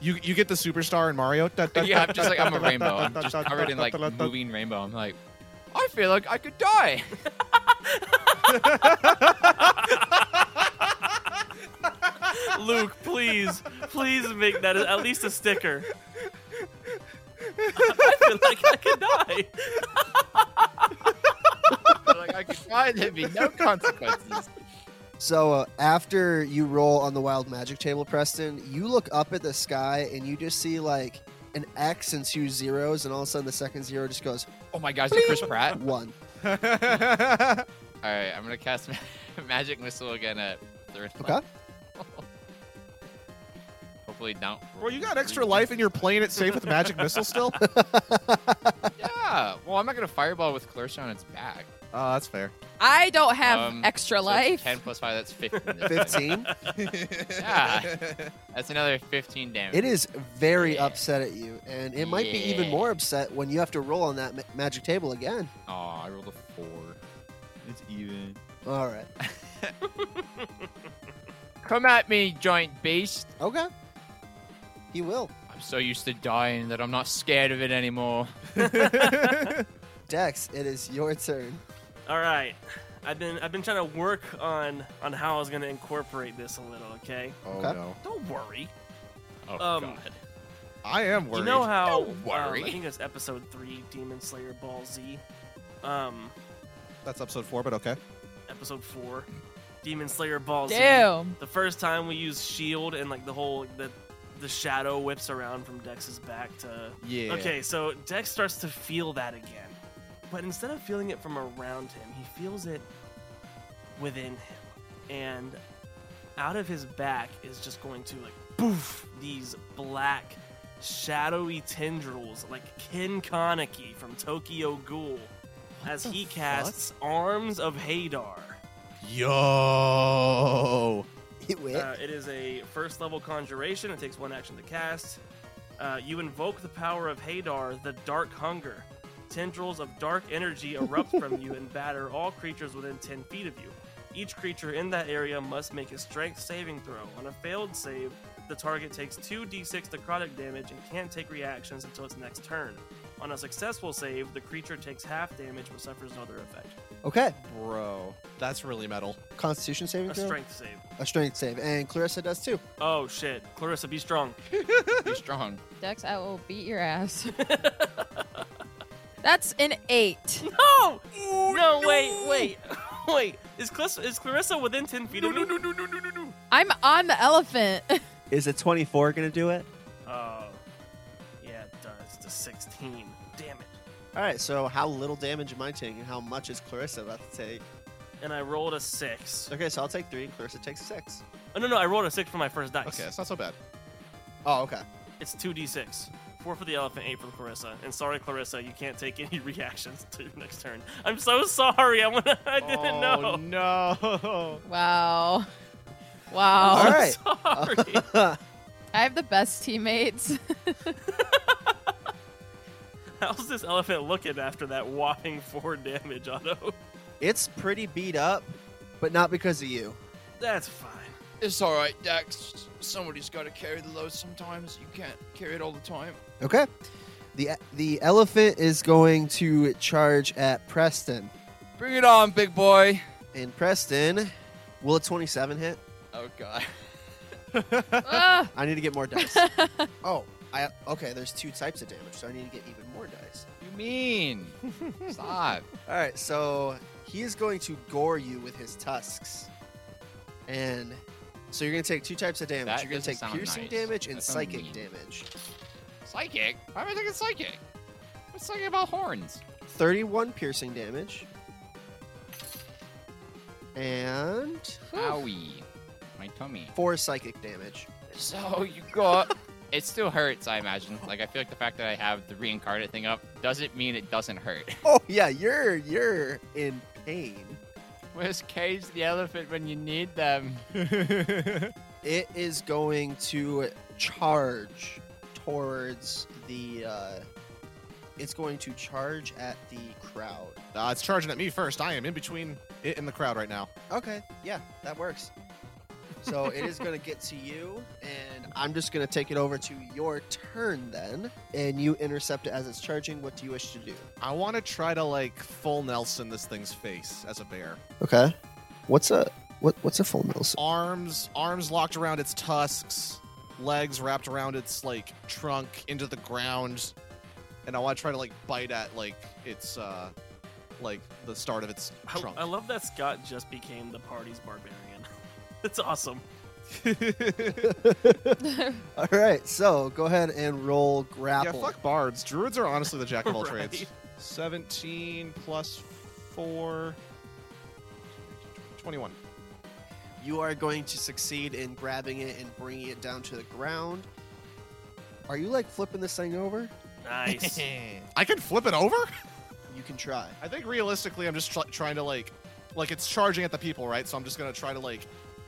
Speaker 5: you you get the superstar in Mario. Da- da-
Speaker 4: yeah, I'm
Speaker 5: da-
Speaker 4: just like
Speaker 5: da-
Speaker 4: I'm a
Speaker 5: da-
Speaker 4: rainbow.
Speaker 5: da-
Speaker 4: I'm
Speaker 5: da-
Speaker 4: just
Speaker 5: da-
Speaker 4: covered in
Speaker 5: da-
Speaker 4: like
Speaker 5: da- da-
Speaker 4: moving rainbow. I'm like, I feel like I could die.
Speaker 1: Luke, please, please make that at least a sticker. I feel like I could die.
Speaker 4: like I could die and there'd be no consequences.
Speaker 9: So uh, after you roll on the wild magic table, Preston, you look up at the sky and you just see like an X and two zeros, and all of a sudden the second zero just goes
Speaker 4: Oh my gosh, is it Chris Pratt?
Speaker 9: one.
Speaker 4: All right, I'm gonna cast magic missile again at third.
Speaker 9: Okay.
Speaker 4: Hopefully not.
Speaker 5: Bro, you got extra life and you're playing it safe with magic missile still? Uh,
Speaker 4: Yeah. Well, I'm not gonna fireball with Clarissa on its back.
Speaker 5: Ah, that's fair.
Speaker 3: I don't have
Speaker 4: Um,
Speaker 3: extra
Speaker 4: So it's
Speaker 3: life.
Speaker 4: Ten plus five, that's fifteen.
Speaker 9: Fifteen.
Speaker 4: Yeah. That's another fifteen damage.
Speaker 9: it is very
Speaker 4: Yeah.
Speaker 9: upset at you, and it might be even
Speaker 4: Yeah.
Speaker 9: more upset when you have to roll on that ma- magic table again.
Speaker 4: Aw, I rolled a four.
Speaker 6: It's even.
Speaker 9: All right.
Speaker 4: Come at me, giant beast.
Speaker 9: Okay. He will.
Speaker 4: I'm so used to dying that I'm not scared of it anymore.
Speaker 9: Dex, it is your turn.
Speaker 1: All right, I've been I've been trying to work on on how I was gonna incorporate this a little. Okay,
Speaker 5: Oh
Speaker 9: Okay.
Speaker 5: no.
Speaker 1: don't worry.
Speaker 4: Oh
Speaker 1: Um,
Speaker 4: god.
Speaker 5: I am worried.
Speaker 1: You know how?
Speaker 4: Don't
Speaker 1: Um, I
Speaker 4: worry.
Speaker 1: think it was episode three, Demon Slayer Ball Z. Um,
Speaker 5: That's episode four, but okay.
Speaker 1: episode four, Demon Slayer Ball Z.
Speaker 3: Damn.
Speaker 1: The first time we used shield E and like the whole the the shadow whips around from Dex's back to
Speaker 6: Yeah.
Speaker 1: Okay, so Dex starts to feel that again. But instead of feeling it from around him, he feels it within him. And out of his back is just going to like boof these black shadowy tendrils like Ken Kaneki from Tokyo Ghoul as he casts arms of Hadar.
Speaker 5: Yo.
Speaker 9: It will.
Speaker 1: Uh, it is a first level conjuration. It takes one action to cast. Uh, you invoke the power of Hadar, the Dark Hunger. Tendrils of dark energy erupt from you and batter all creatures within 10 feet of you. Each creature in that area must make a strength saving throw. On a failed save, the target takes 2d6 necrotic damage and can't take reactions until its next turn. On a successful save, the creature takes half damage but suffers no other effect.
Speaker 9: okay.
Speaker 5: Bro, that's really metal.
Speaker 9: Constitution saving
Speaker 1: A
Speaker 9: throw.
Speaker 1: strength save.
Speaker 9: A strength save, and Clarissa does too.
Speaker 1: Oh shit. Clarissa, be strong.
Speaker 4: Be strong.
Speaker 3: Dex, I will beat your ass. That's an eight.
Speaker 1: No! Oh, no, wait, wait, wait. Is, Clis- is Clarissa within 10 feet of me? No, no, no, no, no, no, no.
Speaker 3: I'm on the elephant.
Speaker 6: Is a 24 gonna do it?
Speaker 1: Oh. Yeah, it does. It's a 16. Damn it.
Speaker 9: All right. So how little damage am I taking, and how much is Clarissa about to take?
Speaker 1: And I rolled a 6.
Speaker 9: Okay, so I'll take three, and Clarissa takes six.
Speaker 1: Oh, no, no, I rolled a 6 for my first dice.
Speaker 5: Okay, it's not so bad.
Speaker 9: Oh, okay.
Speaker 1: It's 2d6. 4 for the elephant, 8 for Clarissa. And sorry, Clarissa, you can't take any reactions to your next turn. I'm so sorry. I, wanna, I didn't know.
Speaker 5: Oh no.
Speaker 3: Wow. Wow.
Speaker 9: All
Speaker 1: I'm
Speaker 9: right.
Speaker 1: sorry.
Speaker 3: I have the best teammates.
Speaker 1: How's this elephant looking after that whopping 4 damage, Otto?
Speaker 9: It's pretty beat up, but not because of you.
Speaker 1: That's fine.
Speaker 4: It's all right, Dax. Somebody's got to carry the load sometimes. You can't carry it all the time.
Speaker 9: Okay. The the elephant is going to charge at Preston,
Speaker 4: Bring it on, big boy.
Speaker 9: and Preston, will a twenty seven hit?
Speaker 4: Oh god.
Speaker 3: Ah.
Speaker 9: I need to get more dice. oh, I okay. There's two types of damage, so I need to get even more dice.
Speaker 4: You mean? Stop.
Speaker 9: All right, so he is going to gore you with his tusks, and so you're going to take two types of damage.
Speaker 4: That
Speaker 9: you're going to
Speaker 4: doesn't
Speaker 9: take
Speaker 4: sound
Speaker 9: piercing
Speaker 4: nice.
Speaker 9: damage and
Speaker 4: That sounds
Speaker 9: psychic
Speaker 4: mean.
Speaker 9: damage.
Speaker 4: Psychic? Why am I thinking psychic? What's psychic about horns?
Speaker 9: Thirty-one piercing damage, and
Speaker 4: Owie. My tummy.
Speaker 9: four psychic damage.
Speaker 4: So you got. it still hurts, I imagine. Like I feel like the fact that I have the reincarnate thing up doesn't mean it doesn't hurt.
Speaker 9: Oh yeah, you're you're in pain.
Speaker 4: Where's Cage the elephant when you need them?
Speaker 9: It is going to charge towards the. Uh, it's going to charge at the crowd.
Speaker 5: Uh, it's charging at me first. I am in between it and the crowd right now.
Speaker 9: Okay, yeah, that works. So it is going to get to you, and I'm just going to take it over to your turn then, and you intercept it as it's charging. What do you wish to do?
Speaker 5: I want to try to like full Nelson this thing's face as a bear.
Speaker 9: Okay, what's a what? What's a full Nelson?
Speaker 5: Arms, arms locked around its tusks, legs wrapped around its like trunk into the ground, and I want to try to like bite at like its uh, like the start of its
Speaker 1: I,
Speaker 5: trunk.
Speaker 1: I love that Scott just became the party's barbarian. That's awesome.
Speaker 9: All right, so go ahead and roll grapple.
Speaker 5: Yeah, fuck bards. Druids are honestly the jack of all trades.
Speaker 1: Right.
Speaker 5: 17 plus 4. 21.
Speaker 9: You are going to succeed in grabbing it and bringing it down to the ground. Are you like flipping this thing over?
Speaker 1: Nice.
Speaker 5: I can flip it over?
Speaker 9: You can try.
Speaker 5: I think realistically, I'm just try trying to like, like it's charging at the people, right? So I'm just gonna try to like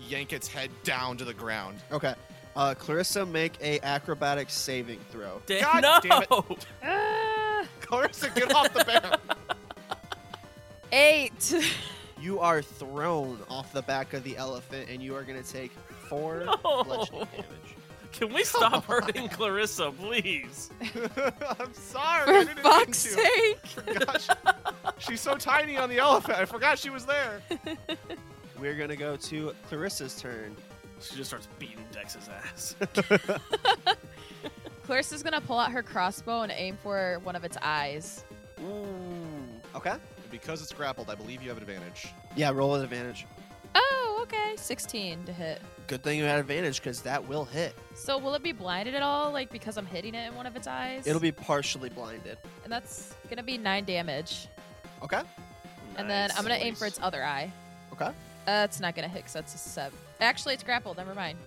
Speaker 5: yank its head down to the ground.
Speaker 9: Okay. Uh, Clarissa, make a acrobatic saving throw.
Speaker 1: Da-
Speaker 5: God
Speaker 1: no!
Speaker 5: damn
Speaker 3: Ah,
Speaker 5: Clarissa, get off the bear.
Speaker 3: eight.
Speaker 9: You are thrown off the back of the elephant, and you are going to take four
Speaker 1: No.
Speaker 9: bludgeoning damage.
Speaker 1: Can we stop hurting Clarissa, please?
Speaker 5: I'm sorry. I
Speaker 3: For
Speaker 5: didn't mean
Speaker 3: fuck's
Speaker 5: to.
Speaker 3: sake.
Speaker 5: Forgot she- she's so tiny on the elephant. I forgot she was there.
Speaker 9: We're going to go to Clarissa's turn.
Speaker 1: She just starts beating Dex's ass.
Speaker 3: Clarissa's gonna pull out her crossbow and aim for one of its eyes.
Speaker 9: Okay.
Speaker 5: Because it's grappled, I believe you have an advantage.
Speaker 9: Yeah, roll with advantage.
Speaker 3: Oh, okay. 16 to hit.
Speaker 9: Good thing you had advantage because that will hit.
Speaker 3: So will it be blinded at all? Like because I'm hitting it in one of its eyes?
Speaker 9: It'll be partially blinded.
Speaker 3: And that's gonna be nine damage.
Speaker 9: Okay.
Speaker 3: And then
Speaker 1: Nice.
Speaker 3: I'm gonna aim for its other eye.
Speaker 9: Okay.
Speaker 3: Uh, it's not gonna hit because that's a seven. Actually, it's grappled. Never mind.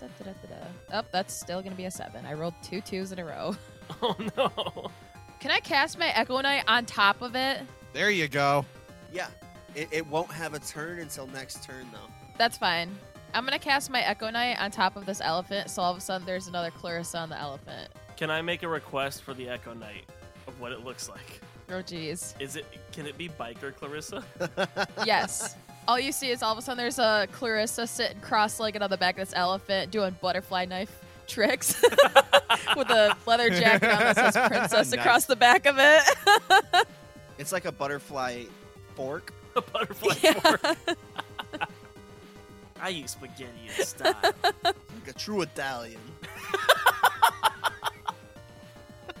Speaker 3: Da, da, da, da, da. Oh, that's still gonna be a seven. I rolled two twos in a row.
Speaker 1: Oh no.
Speaker 3: Can I cast my Echo Knight on top of it?
Speaker 5: There you go.
Speaker 9: Yeah. It, it won't have a turn until next turn, though.
Speaker 3: That's fine. I'm gonna cast my Echo Knight on top of this elephant, so all of a sudden there's another Clarissa on the elephant.
Speaker 1: Can I make a request for the Echo Knight of what it looks like?
Speaker 3: Oh jeez.
Speaker 1: Is it? Can it be biker Clarissa?
Speaker 3: Yes. All you see is all of a sudden there's a Clarissa sitting cross-legged on the back of this elephant doing butterfly knife tricks with a leather jacket on that says princess
Speaker 9: Nice.
Speaker 3: across the back of it.
Speaker 9: It's like a butterfly fork.
Speaker 1: A butterfly
Speaker 3: Yeah.
Speaker 1: fork. I eat spaghetti in style.
Speaker 9: Like a true Italian.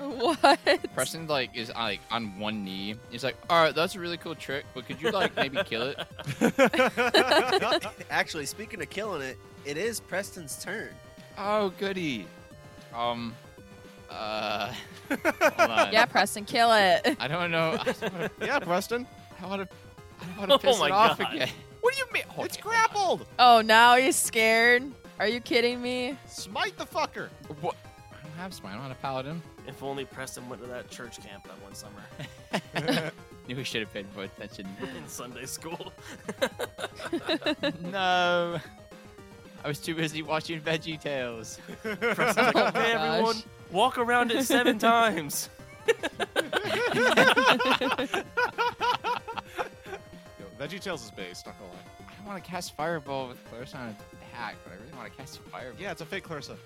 Speaker 3: what?
Speaker 4: Preston like is uh, like on one knee. He's like, all right, that's a really cool trick, but could you like maybe kill it?
Speaker 9: Actually, speaking of killing it, it is Preston's turn.
Speaker 4: Oh goody. Um. Uh. hold on.
Speaker 3: Yeah, Preston, kill it.
Speaker 4: I don't know. I don't wanna-
Speaker 5: yeah, Preston.
Speaker 4: I don't want to. I don't want
Speaker 1: Oh
Speaker 4: to piss
Speaker 1: my
Speaker 4: it off
Speaker 1: God.
Speaker 4: again.
Speaker 5: What do you mean?
Speaker 4: Hold
Speaker 5: it's
Speaker 4: on, hold on.
Speaker 5: grappled.
Speaker 3: Oh, now he's scared. Are you kidding me?
Speaker 5: Smite the fucker.
Speaker 4: What? I don't have smile. I'm not a paladin.
Speaker 1: if only Preston went to that church camp that one summer
Speaker 4: Knew we should have paid more attention.
Speaker 1: in Sunday school.
Speaker 4: no. I was too busy watching Veggie Tales.
Speaker 1: Preston's like,
Speaker 3: Oh my
Speaker 1: okay, everyone,
Speaker 3: gosh.
Speaker 1: walk around it seven times.
Speaker 5: Yo, VeggieTales is based, not gonna lie.
Speaker 4: I want to cast Fireball with Clarissa on its back, but I really want to cast Fireball.
Speaker 5: Yeah, it's a fake Clarissa.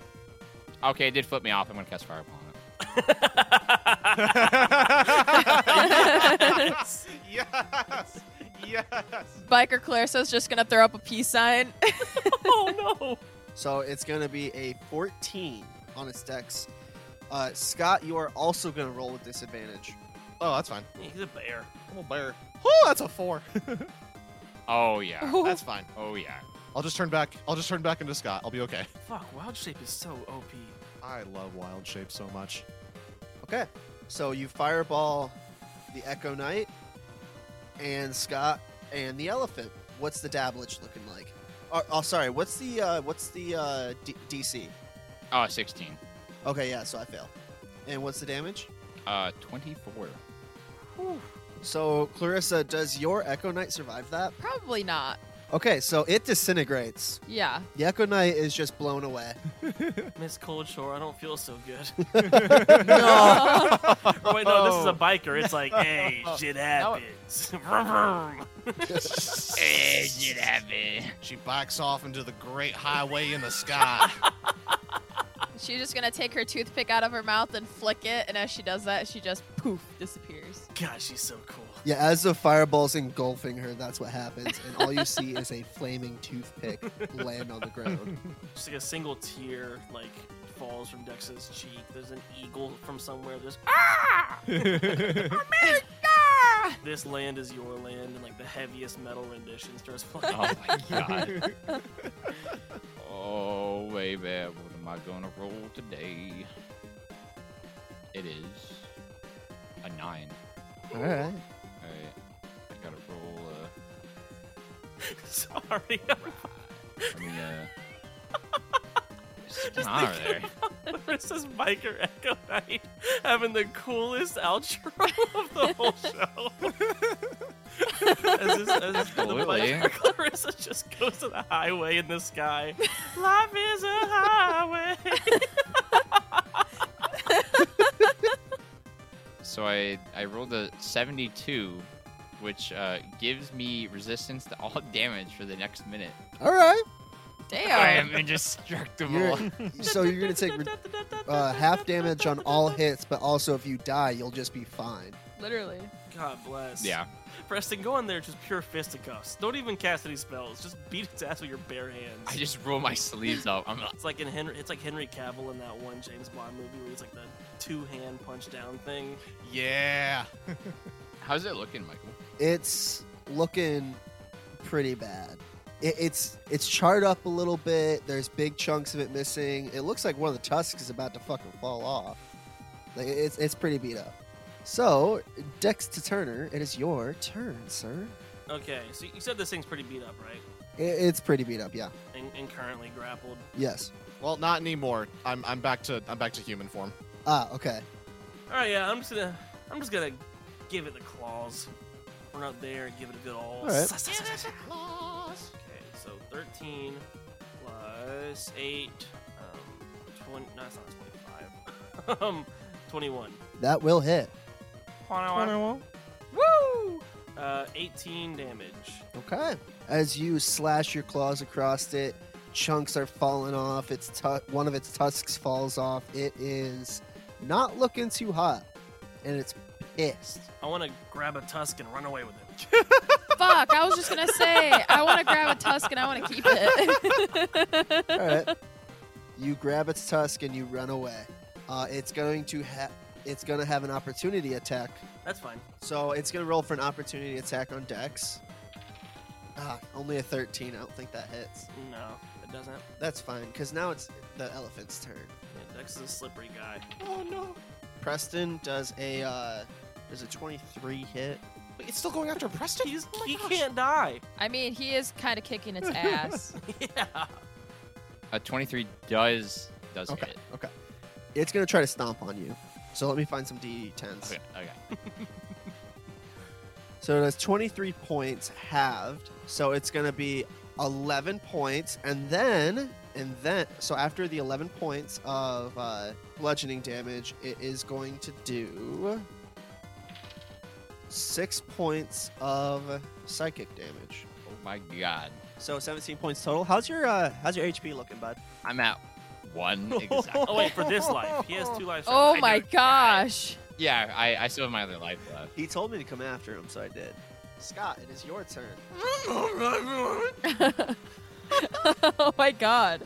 Speaker 4: Okay, it did flip me off. I'm gonna cast Fireball on it.
Speaker 5: yes! Yes!
Speaker 3: Biker Clarissa's just gonna throw up a peace sign.
Speaker 1: oh no.
Speaker 9: So it's going to be a 14 on its dex. Uh, Scott, you are also going to roll with disadvantage.
Speaker 5: Oh, that's fine.
Speaker 1: He's a bear.
Speaker 5: I'm a bear. Oh, that's a four.
Speaker 4: Oh yeah.
Speaker 5: that's fine.
Speaker 4: Oh yeah.
Speaker 5: I'll just turn back. I'll just turn back into Scott. I'll be okay.
Speaker 1: Fuck, Wild Shape is so OP.
Speaker 5: I love wild shape so much.
Speaker 9: Okay. So you fireball the Echo Knight and Scott and the elephant. What's the dabblage looking like? Oh, oh, sorry. What's the uh, what's the uh, D- DC?
Speaker 4: Oh, 16.
Speaker 9: Okay, yeah. So I fail. And what's the damage?
Speaker 4: Uh, 24.
Speaker 9: So Clarissa, does your Echo Knight survive that?
Speaker 3: Probably not.
Speaker 9: Okay, so it disintegrates.
Speaker 3: Yeah.
Speaker 9: The Echo Knight is just blown away.
Speaker 1: Miss Cold Shore, I don't feel so good.
Speaker 9: no.
Speaker 1: Or wait, no, this is a biker. It's like, hey, shit happens. Vroom, vroom.
Speaker 4: Hey, get happy.
Speaker 5: She backs off into the great highway in the sky.
Speaker 3: She's just gonna take her toothpick out of her mouth and flick it, and as she does that, she just poof disappears.
Speaker 1: God, she's so cool.
Speaker 9: yeah, as the fireball's engulfing her, that's what happens, and all you see is a flaming toothpick land on the ground.
Speaker 1: Just like a single tear, like, falls from Dex's cheek. There's an eagle from somewhere. There's
Speaker 3: Ah!
Speaker 1: "Ah!" this land is your land, and like the heaviest metal rendition starts playing.
Speaker 4: Oh my god. oh baby, what am I gonna roll today? It is a nine.
Speaker 10: All right.
Speaker 4: Alright. I gotta roll uh
Speaker 1: Oh. Sorry.
Speaker 4: I mean uh Just out there.
Speaker 1: Mrs. Biker Echo Night having the coolest outro of the whole show. as this, as this, the
Speaker 4: Absolutely.
Speaker 1: biker Clarissa just goes to the highway in the sky. Life is a highway.
Speaker 4: So I I rolled a 72, which uh, gives me resistance to all damage for the next minute.
Speaker 9: All right.
Speaker 4: I
Speaker 3: Damn.
Speaker 4: am indestructible.
Speaker 9: You're, so you're gonna take uh, half damage on all hits, but also if you die, you'll just be fine.
Speaker 3: Literally.
Speaker 1: God bless.
Speaker 4: Yeah.
Speaker 1: Preston, go in there just pure fisticuffs. Don't even cast any spells. Just beat its ass with your bare hands.
Speaker 4: I just roll my sleeves up. I'm like,
Speaker 1: It's like in Henry. It's like Henry Cavill in that one James Bond movie where it's like the two-hand punch down thing.
Speaker 2: Yeah.
Speaker 4: how's it looking, Michael?
Speaker 9: It's looking pretty bad. It, it's it's charred up a little bit. There's big chunks of it missing. It looks like one of the tusks is about to fucking fall off. Like it- it's it's pretty beat up. So Dex to Turner, it is your turn, sir.
Speaker 1: Okay, so you said this thing's pretty beat up, right?
Speaker 9: It, it's pretty beat up. Yeah.
Speaker 1: And, and currently grappled.
Speaker 9: Yes.
Speaker 2: Well, not anymore. I'm I'm back to I'm back to human form.
Speaker 9: Ah. Okay.
Speaker 1: All right, yeah. I'm just gonna. I'm just gonna give it the claws. Run up there and give it a good all.
Speaker 9: All right.
Speaker 1: Okay, so 13 plus 8, um, 20, no, it's not 25, um, 21.
Speaker 9: That will hit.
Speaker 1: Woo! Uh, 18 damage.
Speaker 9: Okay. As you slash your claws across it, chunks are falling off. Its tu- one of its tusks falls off. It is not looking too hot, and it's pissed.
Speaker 1: I want to grab a tusk and run away with it.
Speaker 3: Fuck, I was just gonna say, I wanna grab a tusk and I wanna keep it.
Speaker 9: All right. you grab its tusk and you run away. Uh, it's going to have it's going to have an opportunity attack.
Speaker 1: That's fine.
Speaker 9: So it's going to roll for an opportunity attack on Dex. Ah, only a 13. I don't think that hits.
Speaker 1: No, it doesn't.
Speaker 9: That's fine, because now it's the elephant's turn.
Speaker 1: Yeah, Dex is a slippery guy.
Speaker 9: Preston does a uh, does a 23 hit.
Speaker 2: Wait, it's still going after Preston.
Speaker 1: He's,
Speaker 2: Oh my
Speaker 1: he
Speaker 2: gosh.
Speaker 1: can't die.
Speaker 3: I mean, he is kind of kicking its ass.
Speaker 1: yeah.
Speaker 4: A 23 does does
Speaker 9: Okay.
Speaker 4: hit.
Speaker 9: It's gonna try to stomp on you. So let me find some d10s.
Speaker 4: Okay, okay.
Speaker 9: So it does 23 points halved. So it's gonna be 11 points, and then and then so after the 11 points of uh, bludgeoning damage, it is going to do six points of psychic damage.
Speaker 4: Oh my god.
Speaker 9: So 17 points total. How's your uh, how's your HP looking, bud?
Speaker 4: I'm at one exactly.
Speaker 1: Oh, wait, for this life. He has two lives.
Speaker 3: oh
Speaker 1: I
Speaker 3: my
Speaker 1: do-
Speaker 3: gosh.
Speaker 4: yeah, I, I still have my other life left.
Speaker 9: He told me to come after him, so I did. Scott, it is your turn.
Speaker 3: oh my god.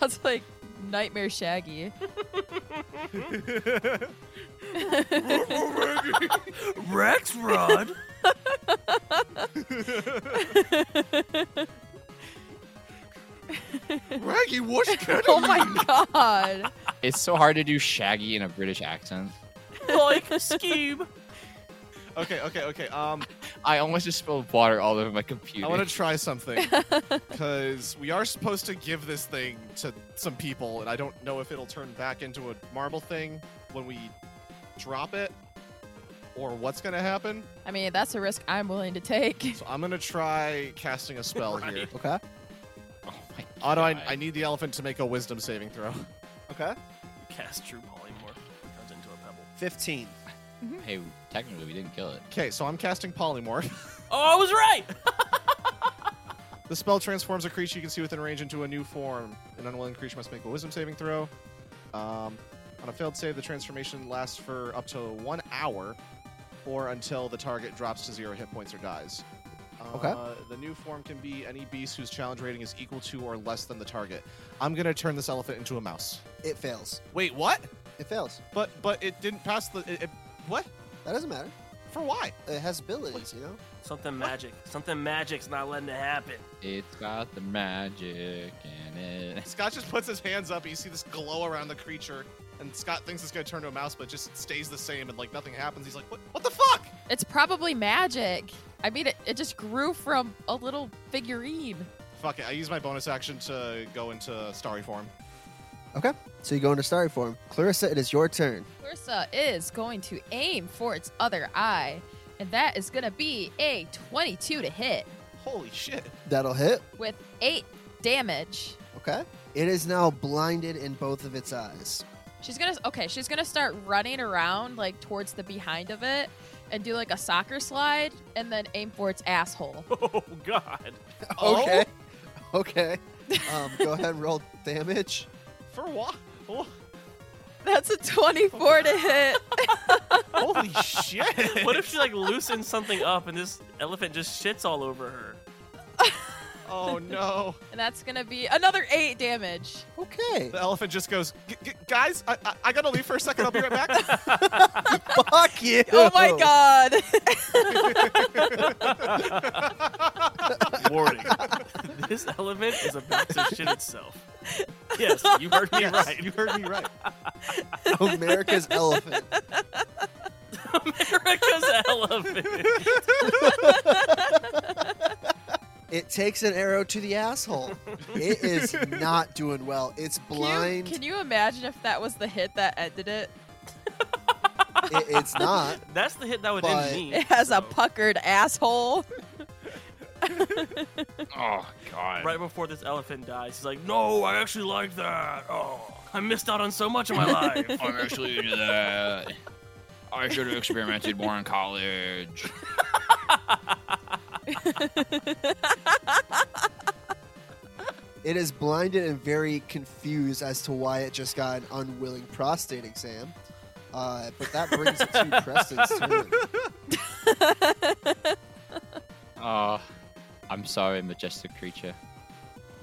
Speaker 3: That's like nightmare shaggy.
Speaker 1: Rex Rod?
Speaker 9: Raggy, what's
Speaker 3: oh my god.
Speaker 4: It's so hard to do Shaggy in a British accent.
Speaker 1: like Skeeb.
Speaker 2: Okay, okay, okay. Um,
Speaker 4: I almost just spilled water all over my computer.
Speaker 2: I want to try something because we are supposed to give this thing to some people, and I don't know if it'll turn back into a marble thing when we drop it, or what's gonna happen.
Speaker 3: I mean, that's a risk I'm willing to take.
Speaker 2: So I'm gonna try casting a spell here.
Speaker 1: Right.
Speaker 9: Okay.
Speaker 4: Oh my
Speaker 2: Otto, I,
Speaker 4: God.
Speaker 2: I need the elephant to make a wisdom saving throw.
Speaker 9: Okay.
Speaker 1: Cast True Polymorph. Turns into a pebble.
Speaker 9: 15.
Speaker 4: Hey, technically we didn't kill it.
Speaker 2: Okay, so I'm casting polymorph.
Speaker 1: Oh, I was right!
Speaker 2: The spell transforms a creature you can see within range into a new form. An unwilling creature must make a wisdom saving throw. Um, on a failed save, the transformation lasts for up to one hour or until the target drops to zero hit points or dies.
Speaker 9: Okay.
Speaker 2: Uh, the new form can be any beast whose challenge rating is equal to or less than the target. I'm going to turn this elephant into a mouse.
Speaker 9: It fails.
Speaker 2: Wait, what?
Speaker 9: It fails.
Speaker 2: But but it didn't pass the. It, it- what?
Speaker 9: That doesn't matter.
Speaker 5: For why?
Speaker 9: It has abilities, you know?
Speaker 1: Something magic. Something magic's not letting it happen.
Speaker 4: It's got the magic in it.
Speaker 5: Scott just puts his hands up, and you see this glow around the creature, and Scott thinks it's gonna turn to a mouse, but it just stays the same, and like nothing happens. He's like, "What? What the fuck?"
Speaker 3: It's probably magic. I mean, it, it just grew from a little figurine.
Speaker 5: Fuck it. I use my bonus action to go into starry form.
Speaker 9: So you go into starry form. Clarissa, it is your turn.
Speaker 3: Ursa is going to aim for its other eye, and that is going to be a 22 to hit
Speaker 5: Holy shit!
Speaker 9: That'll hit.
Speaker 3: with 8 damage.
Speaker 9: Okay. It is now blinded in both of its eyes.
Speaker 3: She's going to Okay, she's going to start running around like towards the behind of it and do like a soccer slide and then aim for its asshole.
Speaker 1: Oh God.
Speaker 9: Okay. Okay. Um, go ahead and roll damage.
Speaker 5: For what?
Speaker 3: That's a 24 to hit.
Speaker 5: Holy shit!
Speaker 1: What if she like loosens something up and this elephant just shits all over her?
Speaker 5: Oh no!
Speaker 3: And that's going to be another 8 damage.
Speaker 9: Okay.
Speaker 5: The elephant just goes, "G- g- "Guys, I-, I I gotta leave for a second. I'll be right back."
Speaker 9: Fuck you.
Speaker 3: Oh my god.
Speaker 1: Warning. this elephant is about to shit itself. Yes, you heard me right.
Speaker 5: You heard me right.
Speaker 9: America's elephant.
Speaker 1: America's elephant.
Speaker 9: It takes an arrow to the asshole. It is not doing well. It's
Speaker 3: Can you-
Speaker 9: blind.
Speaker 3: Can you, imagine if that was the hit that ended it?
Speaker 9: It- it's not.
Speaker 1: That's the hit that would
Speaker 9: But-
Speaker 1: end me.
Speaker 3: It has a
Speaker 1: so.
Speaker 3: puckered asshole.
Speaker 4: Oh god.
Speaker 1: Right before this elephant dies, he's like, "No, I actually like that. Oh, I missed out on so much of my life."
Speaker 4: I'm actually into that. I should have experimented more in college.
Speaker 9: It is blinded and very confused as to why it just got an unwilling prostate exam. Uh, but that brings it to Preston's turn.
Speaker 4: Ah, I'm sorry, majestic creature.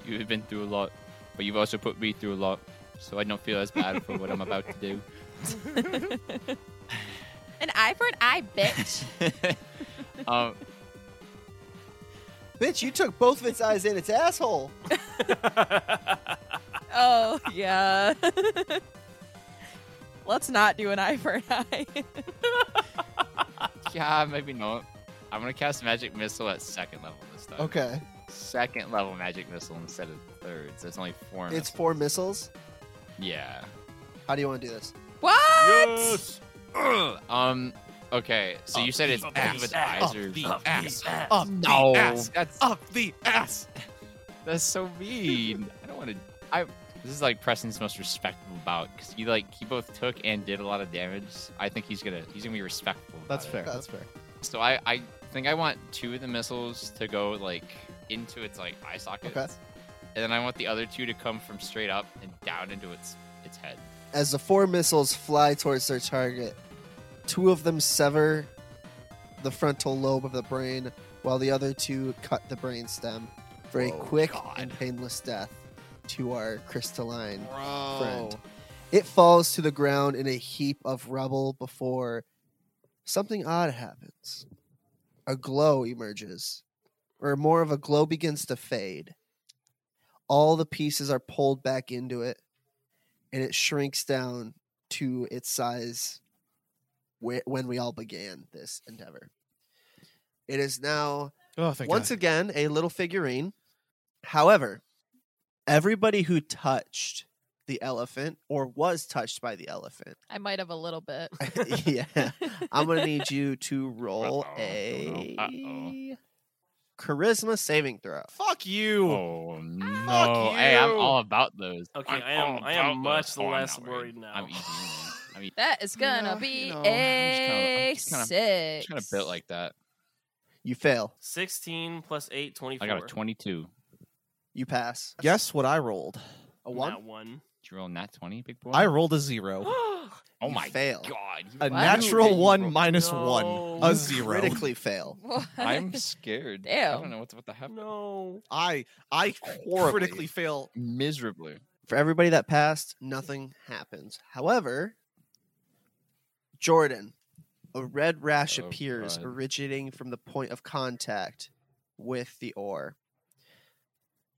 Speaker 4: You have been through a lot, but you've also put me through a lot, so I don't feel as bad for what I'm about to do.
Speaker 3: An eye for an eye, bitch.
Speaker 4: um,
Speaker 9: Bitch, you took both of its eyes in its asshole.
Speaker 3: oh, yeah. Let's not do an eye for an eye.
Speaker 4: yeah, maybe not. I'm gonna cast magic missile at second level this time.
Speaker 9: Okay.
Speaker 4: Second level magic missile instead of third. So it's only four.
Speaker 9: It's
Speaker 4: missiles.
Speaker 9: four missiles.
Speaker 4: Yeah.
Speaker 9: How do you want to do this?
Speaker 3: what?
Speaker 1: yes.
Speaker 4: Um. Okay.
Speaker 9: Oh,
Speaker 4: So you said it's
Speaker 1: Up
Speaker 4: both of
Speaker 1: the
Speaker 4: its
Speaker 1: ass,
Speaker 4: eyes are
Speaker 1: Up the
Speaker 4: ass.
Speaker 1: ass.
Speaker 5: Up
Speaker 4: No,
Speaker 5: the ass.
Speaker 4: that's
Speaker 5: Up the ass.
Speaker 4: that's so mean. I don't want to. I. This is like Preston's most respectful bout because he like he both took and did a lot of damage. I think he's gonna he's gonna be respectful. about it.
Speaker 5: Uh,
Speaker 9: That's fair.
Speaker 4: So I I think I want two of the missiles to go like into its like eye sockets, and then I want the other two to come from straight up and down into its its head.
Speaker 9: As the four missiles fly towards their target, two of them sever the frontal lobe of the brain, while the other two cut the brain stem for a
Speaker 4: Whoa,
Speaker 9: quick
Speaker 4: God.
Speaker 9: and painless death to our crystalline
Speaker 5: Bro.
Speaker 9: friend. Oh. It falls to the ground in a heap of rubble before something odd happens. A glow emerges, or more of a glow begins to fade. All the pieces are pulled back into it, and it shrinks down to its size whe- when we all began this endeavor. It is now
Speaker 5: Oh, thank
Speaker 9: once
Speaker 5: God.
Speaker 9: again a little figurine. However, everybody who touched the elephant or was touched by the elephant,
Speaker 3: I might have a little bit.
Speaker 9: yeah, I'm gonna need you to roll
Speaker 4: Uh-oh,
Speaker 9: a
Speaker 4: uh-oh.
Speaker 9: charisma saving throw.
Speaker 5: Fuck you.
Speaker 4: Oh no!
Speaker 5: Fuck
Speaker 4: Hey, I'm
Speaker 5: you.
Speaker 4: all about those.
Speaker 1: Okay,
Speaker 4: I'm
Speaker 1: I am-
Speaker 4: all
Speaker 1: I am
Speaker 4: about
Speaker 1: much
Speaker 4: those. Oh, I'm
Speaker 1: less
Speaker 4: not
Speaker 1: worried now.
Speaker 4: I'm easy. man. I mean,
Speaker 3: That is gonna
Speaker 11: Yeah,
Speaker 3: be
Speaker 11: you know, I'm just
Speaker 3: a
Speaker 4: just kinda- I'm just
Speaker 3: six.
Speaker 4: just kind of built like that.
Speaker 9: You fail.
Speaker 1: Sixteen plus eight, twenty-four.
Speaker 4: I got a 22.
Speaker 9: You pass.
Speaker 5: Guess what I rolled?
Speaker 9: A
Speaker 1: Not
Speaker 9: one.
Speaker 1: one.
Speaker 4: Did you roll nat 20, big boy?
Speaker 5: I rolled a zero.
Speaker 4: oh
Speaker 9: you
Speaker 4: my
Speaker 9: fail.
Speaker 4: god! you-
Speaker 5: A
Speaker 3: Wow.
Speaker 5: natural one
Speaker 4: rolled-
Speaker 5: minus
Speaker 1: No.
Speaker 5: one. A zero.
Speaker 9: Critically fail.
Speaker 3: What?
Speaker 4: I'm scared. I
Speaker 3: Damn.
Speaker 4: don't know what the, what the heck.
Speaker 1: No.
Speaker 5: I I
Speaker 9: Horribly.
Speaker 5: critically fail.
Speaker 4: Miserably.
Speaker 9: For everybody that passed, nothing happens. However, Jordan, A red rash
Speaker 4: Oh,
Speaker 9: appears
Speaker 4: God.
Speaker 9: originating from the point of contact with the ore.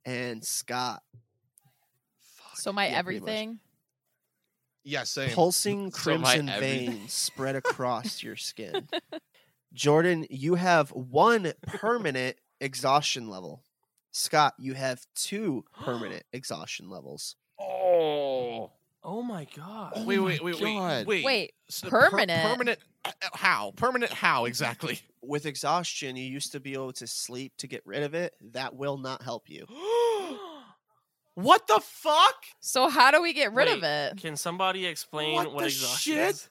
Speaker 9: And Scott,
Speaker 3: So my
Speaker 9: Yeah, pretty much.
Speaker 3: everything.
Speaker 5: Yeah, same.
Speaker 9: pulsing
Speaker 4: So my
Speaker 9: crimson
Speaker 4: everything.
Speaker 9: veins spread across your skin. Jordan, you have one permanent exhaustion level. Scott, you have two permanent exhaustion levels.
Speaker 4: Oh.
Speaker 1: Oh my god.
Speaker 5: Oh wait, wait, wait, wait,
Speaker 9: God.
Speaker 5: wait.
Speaker 3: Wait,
Speaker 5: So
Speaker 3: permanent?
Speaker 5: permanent. uh, uh, How? Permanent? How exactly?
Speaker 9: With exhaustion, you used to be able to sleep to get rid of it. That will not help you.
Speaker 5: what the fuck?
Speaker 3: so how do we get rid of
Speaker 1: Wait.
Speaker 3: it?
Speaker 1: Can somebody explain
Speaker 5: What
Speaker 1: what,
Speaker 5: the
Speaker 1: exhaustion
Speaker 5: shit?
Speaker 1: is?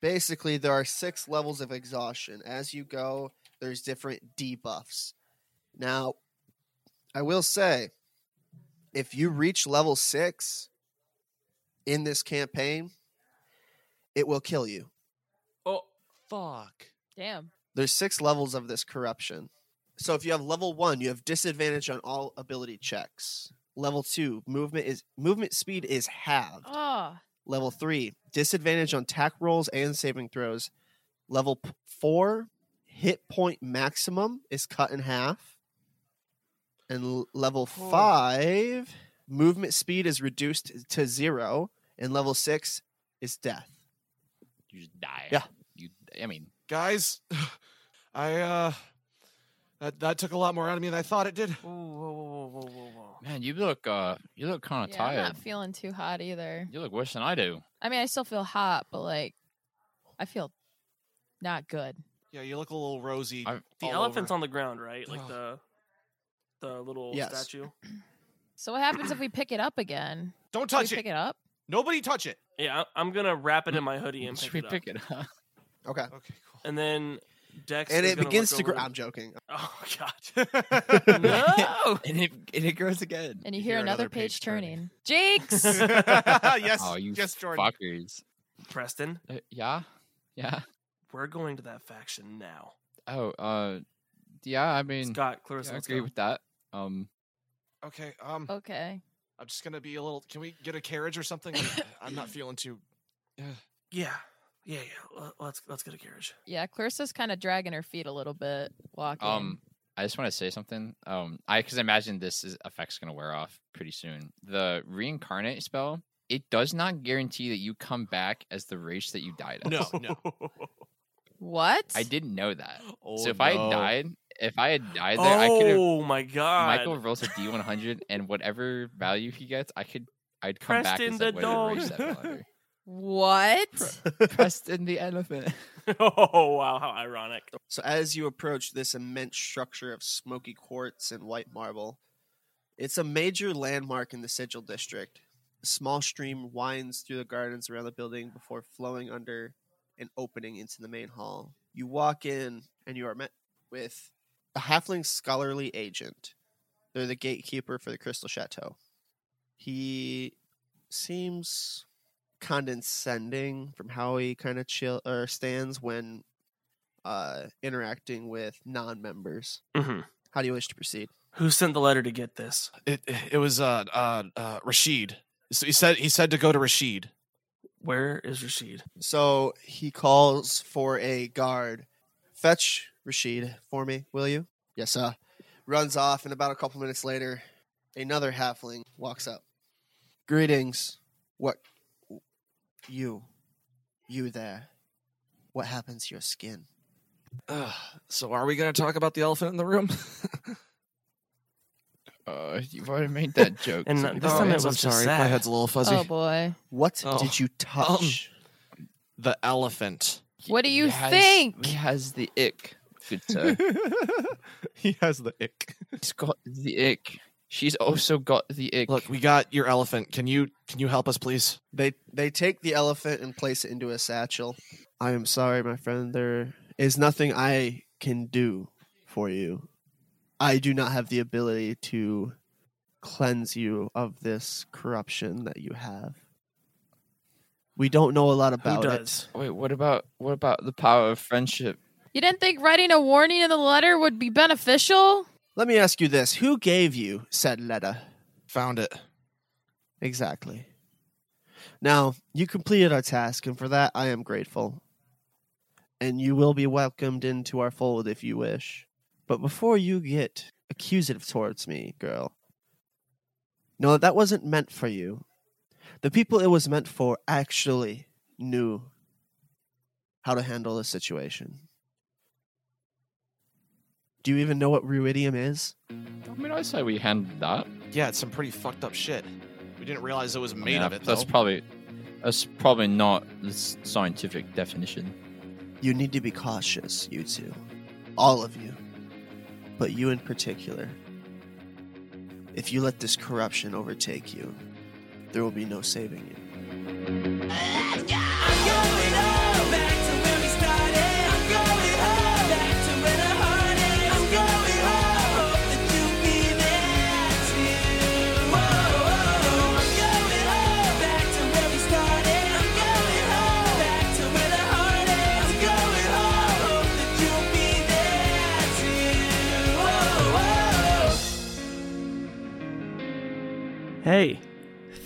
Speaker 9: Basically, there are six levels of exhaustion. As you go, there's different debuffs. Now, I will say, if you reach level six in this campaign, it will kill you.
Speaker 1: Oh,
Speaker 5: Fuck.
Speaker 3: Damn.
Speaker 9: There's six levels of this corruption. So if you have level one, you have disadvantage on all ability checks. Level two, movement is movement speed is halved.
Speaker 3: Oh,
Speaker 9: Level three, disadvantage on tack rolls and saving throws. Level p- four, hit point maximum is cut in half. And l- level
Speaker 1: Oh.
Speaker 9: five, movement speed is reduced to zero. And level six is death.
Speaker 4: You just die.
Speaker 9: Yeah.
Speaker 4: You. I mean,
Speaker 5: Guys, I uh, that that took a lot more out of me than I thought it did.
Speaker 1: whoa, whoa, whoa, whoa, whoa, whoa.
Speaker 4: man, you look. Uh, you look kind of
Speaker 3: yeah, I'm
Speaker 4: tired.
Speaker 3: not feeling too hot either.
Speaker 4: You look worse than I do.
Speaker 3: I mean, I still feel hot, but like, I feel not good.
Speaker 5: Yeah, you look a little rosy.
Speaker 4: I'm-
Speaker 1: The
Speaker 5: all
Speaker 1: elephant's
Speaker 5: over.
Speaker 1: on the ground, right? Like the the little
Speaker 9: Yes.
Speaker 1: statue.
Speaker 3: So what happens if we pick it up again?
Speaker 5: Don't
Speaker 3: Can we
Speaker 5: touch
Speaker 3: pick
Speaker 5: it.
Speaker 3: it up?
Speaker 5: Nobody touch it.
Speaker 1: Yeah, I- I'm gonna wrap it in my hoodie and
Speaker 4: Should
Speaker 1: pick
Speaker 4: we
Speaker 1: it up.
Speaker 4: pick it up?
Speaker 9: Okay.
Speaker 5: Okay, cool.
Speaker 1: And then Dex.
Speaker 9: And
Speaker 1: is
Speaker 9: it
Speaker 1: gonna
Speaker 9: begins
Speaker 1: look
Speaker 9: to grow.
Speaker 1: over
Speaker 9: I'm joking.
Speaker 1: Oh god. no.
Speaker 4: And it and it grows again.
Speaker 3: And you, hear, another, page, turning. Jinx!
Speaker 5: yes.
Speaker 4: Oh, you
Speaker 5: yes, Jordan.
Speaker 4: Fuckers.
Speaker 1: Preston,
Speaker 4: Uh, yeah. Yeah.
Speaker 1: we're going to that faction now.
Speaker 4: Oh. Uh. Yeah. I mean,
Speaker 1: Scott,
Speaker 4: yeah,
Speaker 1: Clarissa,
Speaker 4: I
Speaker 1: let's
Speaker 4: agree
Speaker 1: go.
Speaker 4: with that. Um.
Speaker 5: Okay. Um,
Speaker 3: okay.
Speaker 5: I'm just gonna be a little. Can we get a carriage or something? I'm- I'm not feeling too.
Speaker 1: Yeah. Yeah, yeah. Let- Let's let's get a carriage.
Speaker 3: Yeah, Clarissa's kind of dragging her feet a little bit walking.
Speaker 4: Um, I just want to say something. Um, I because I imagine this is, effect's going to wear off pretty soon. The reincarnate spell it does not guarantee that you come back as the race that you died as.
Speaker 5: No, no.
Speaker 3: what?
Speaker 4: I didn't know that.
Speaker 5: Oh,
Speaker 4: so if I
Speaker 5: no.
Speaker 4: had died, if I had died there, I could have.
Speaker 1: oh my god.
Speaker 4: Michael rolls a D one hundred, and whatever value he gets, I could. I'd come back
Speaker 1: Preston
Speaker 4: as
Speaker 1: the
Speaker 4: that whatever race
Speaker 1: dog.
Speaker 4: that fell under.
Speaker 3: What?
Speaker 4: Preston the elephant.
Speaker 1: oh wow, how ironic.
Speaker 9: So as you approach this immense structure of smoky quartz and white marble, it's a major landmark in the Sigil District. A small stream winds through the gardens around the building before flowing under and opening into the main hall. You walk in and you are met with a halfling scholarly agent. They're the gatekeeper for the Crystal Chateau. He seems condescending from how he kind of chill or stands when uh, interacting with non-members.
Speaker 1: hmm
Speaker 9: How do you wish to proceed?
Speaker 1: Who sent the letter to get this?
Speaker 5: It it was uh uh, uh Rashid. So he said he said to go to Rashid.
Speaker 1: Where is Rashid?
Speaker 9: So he calls for a guard. Fetch Rashid for me, will you? Yes, sir. Runs off, and about a couple minutes later, another halfling walks up. Greetings. What? You. You there. What happens to your skin?
Speaker 5: Uh, so are we gonna talk about the elephant in the room?
Speaker 4: Uh, you've already made that joke.
Speaker 1: And
Speaker 4: so
Speaker 1: uh,
Speaker 4: we
Speaker 1: this
Speaker 4: don't
Speaker 1: time
Speaker 4: need
Speaker 1: it
Speaker 4: to-
Speaker 5: I'm
Speaker 1: was just
Speaker 5: sorry,
Speaker 1: sad.
Speaker 5: my head's a little fuzzy.
Speaker 3: Oh boy.
Speaker 9: What
Speaker 5: Oh,
Speaker 9: did you touch?
Speaker 5: the elephant.
Speaker 3: What do
Speaker 4: he
Speaker 3: you
Speaker 4: has-
Speaker 3: think?
Speaker 4: He has the ick. Good sir.
Speaker 5: he has the ick.
Speaker 4: He's got the ick. She's also got the ick.
Speaker 5: Look, we got your elephant. Can you can you help us, please?
Speaker 9: They they take the elephant and place it into a satchel. I am sorry, my friend. There is nothing I can do for you. I do not have the ability to cleanse you of this corruption that you have. We don't know a lot
Speaker 1: Who
Speaker 9: about it.
Speaker 1: does?
Speaker 4: Wait, what about what about the power of friendship?
Speaker 3: You didn't think writing a warning in the letter would be beneficial?
Speaker 9: Let me ask you this: Who gave you said letter?
Speaker 5: Found it.
Speaker 9: Exactly. Now, you completed our task, and for that I am grateful. and you will be welcomed into our fold if you wish. But before you get accusative towards me, girl, know that that wasn't meant for you. The people it was meant for actually knew how to handle this situation. Do you even know what ruidium is?
Speaker 4: I mean, I say we handled that.
Speaker 5: Yeah, it's some pretty fucked up shit. We didn't realize it was made
Speaker 4: Yeah,
Speaker 5: of it,
Speaker 4: That's
Speaker 5: though.
Speaker 4: probably that's probably not the s- scientific definition.
Speaker 9: You need to be cautious, you two. All of you. But you in particular. If you let this corruption overtake you, there will be no saving you.
Speaker 1: Hey,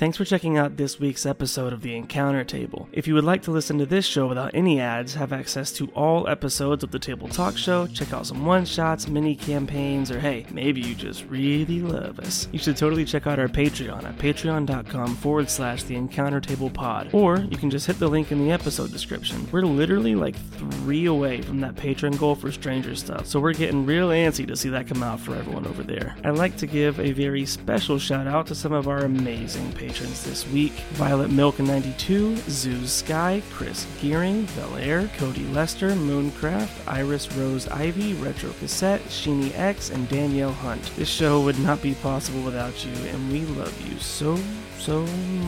Speaker 1: thanks for checking out this week's episode of The Encounter Table. If you would like to listen to this show without any ads, have access to all episodes of The Table Talk Show, check out some one shots, mini campaigns, or hey, maybe you just really love us. You should totally check out our Patreon at patreon.com forward slash The Encounter Table Pod, or you can just hit the link in the episode description. We're literally like three away from that patron goal for Stranger Stuff, so we're getting real antsy to see that come out uh, for everyone over there. I'd like to give a very special shout out to some of our amazing patrons this week Violet Milk 92, Zeus Sky, Chris Gearing, Belair, Cody Lester, Mooncraft, Iris Rose Ivy, Retro Cassette, Sheeny X, and Danielle Hunt. This show would not be possible without you, and we love you so, so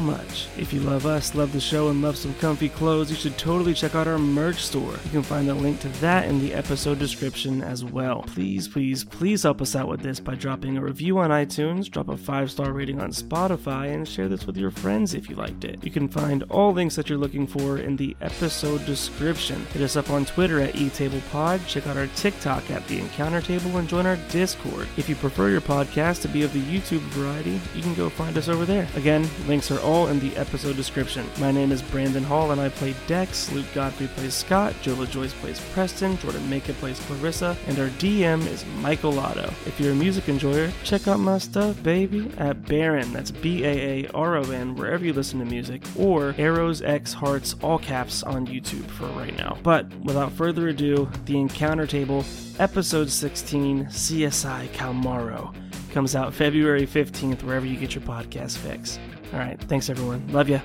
Speaker 1: much. If you love us, love the show, and love some comfy clothes, you should totally check out our merch store. You can find the link to that in the episode description as well. Please, please, please help us out with this by dropping a review on iTunes, drop a five star rating on Spotify, and share this with your friends if you liked it. You can find all links that you're looking for in the episode description. Hit us up on Twitter at eTablePod, check out our TikTok at The Encounter Table, and join our Discord. If you prefer your podcast to be of the YouTube variety, you can go find us over there. Again, links are all in the episode description. My name is Brandon Hall, and I play Dex. Luke Godfrey plays Scott. Jola Joyce plays Preston. Jordan Maka plays Clarissa. And our DM is Michael Otto. If you're a music enjoyer, check out my stuff, baby, at Baron. That's B A A R O N, wherever you listen to music, or Arrows X Hearts, all caps on YouTube for right now. But without further ado, the encounter table, episode 16, CSI Calmaro, comes out February 15th, wherever you get your podcast fix. All right, thanks everyone. Love ya.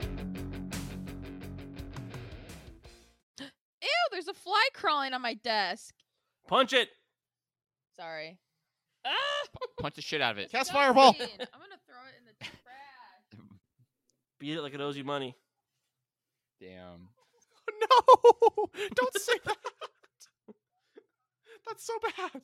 Speaker 3: Ew, there's a fly crawling on my desk.
Speaker 1: Punch it.
Speaker 3: Sorry. Ah!
Speaker 4: Punch the shit out of it.
Speaker 5: Cast fireball.
Speaker 3: Dustin, I'm gonna throw it in the trash.
Speaker 1: Beat it like it owes you money.
Speaker 4: Damn.
Speaker 5: no, don't say that. That's so bad.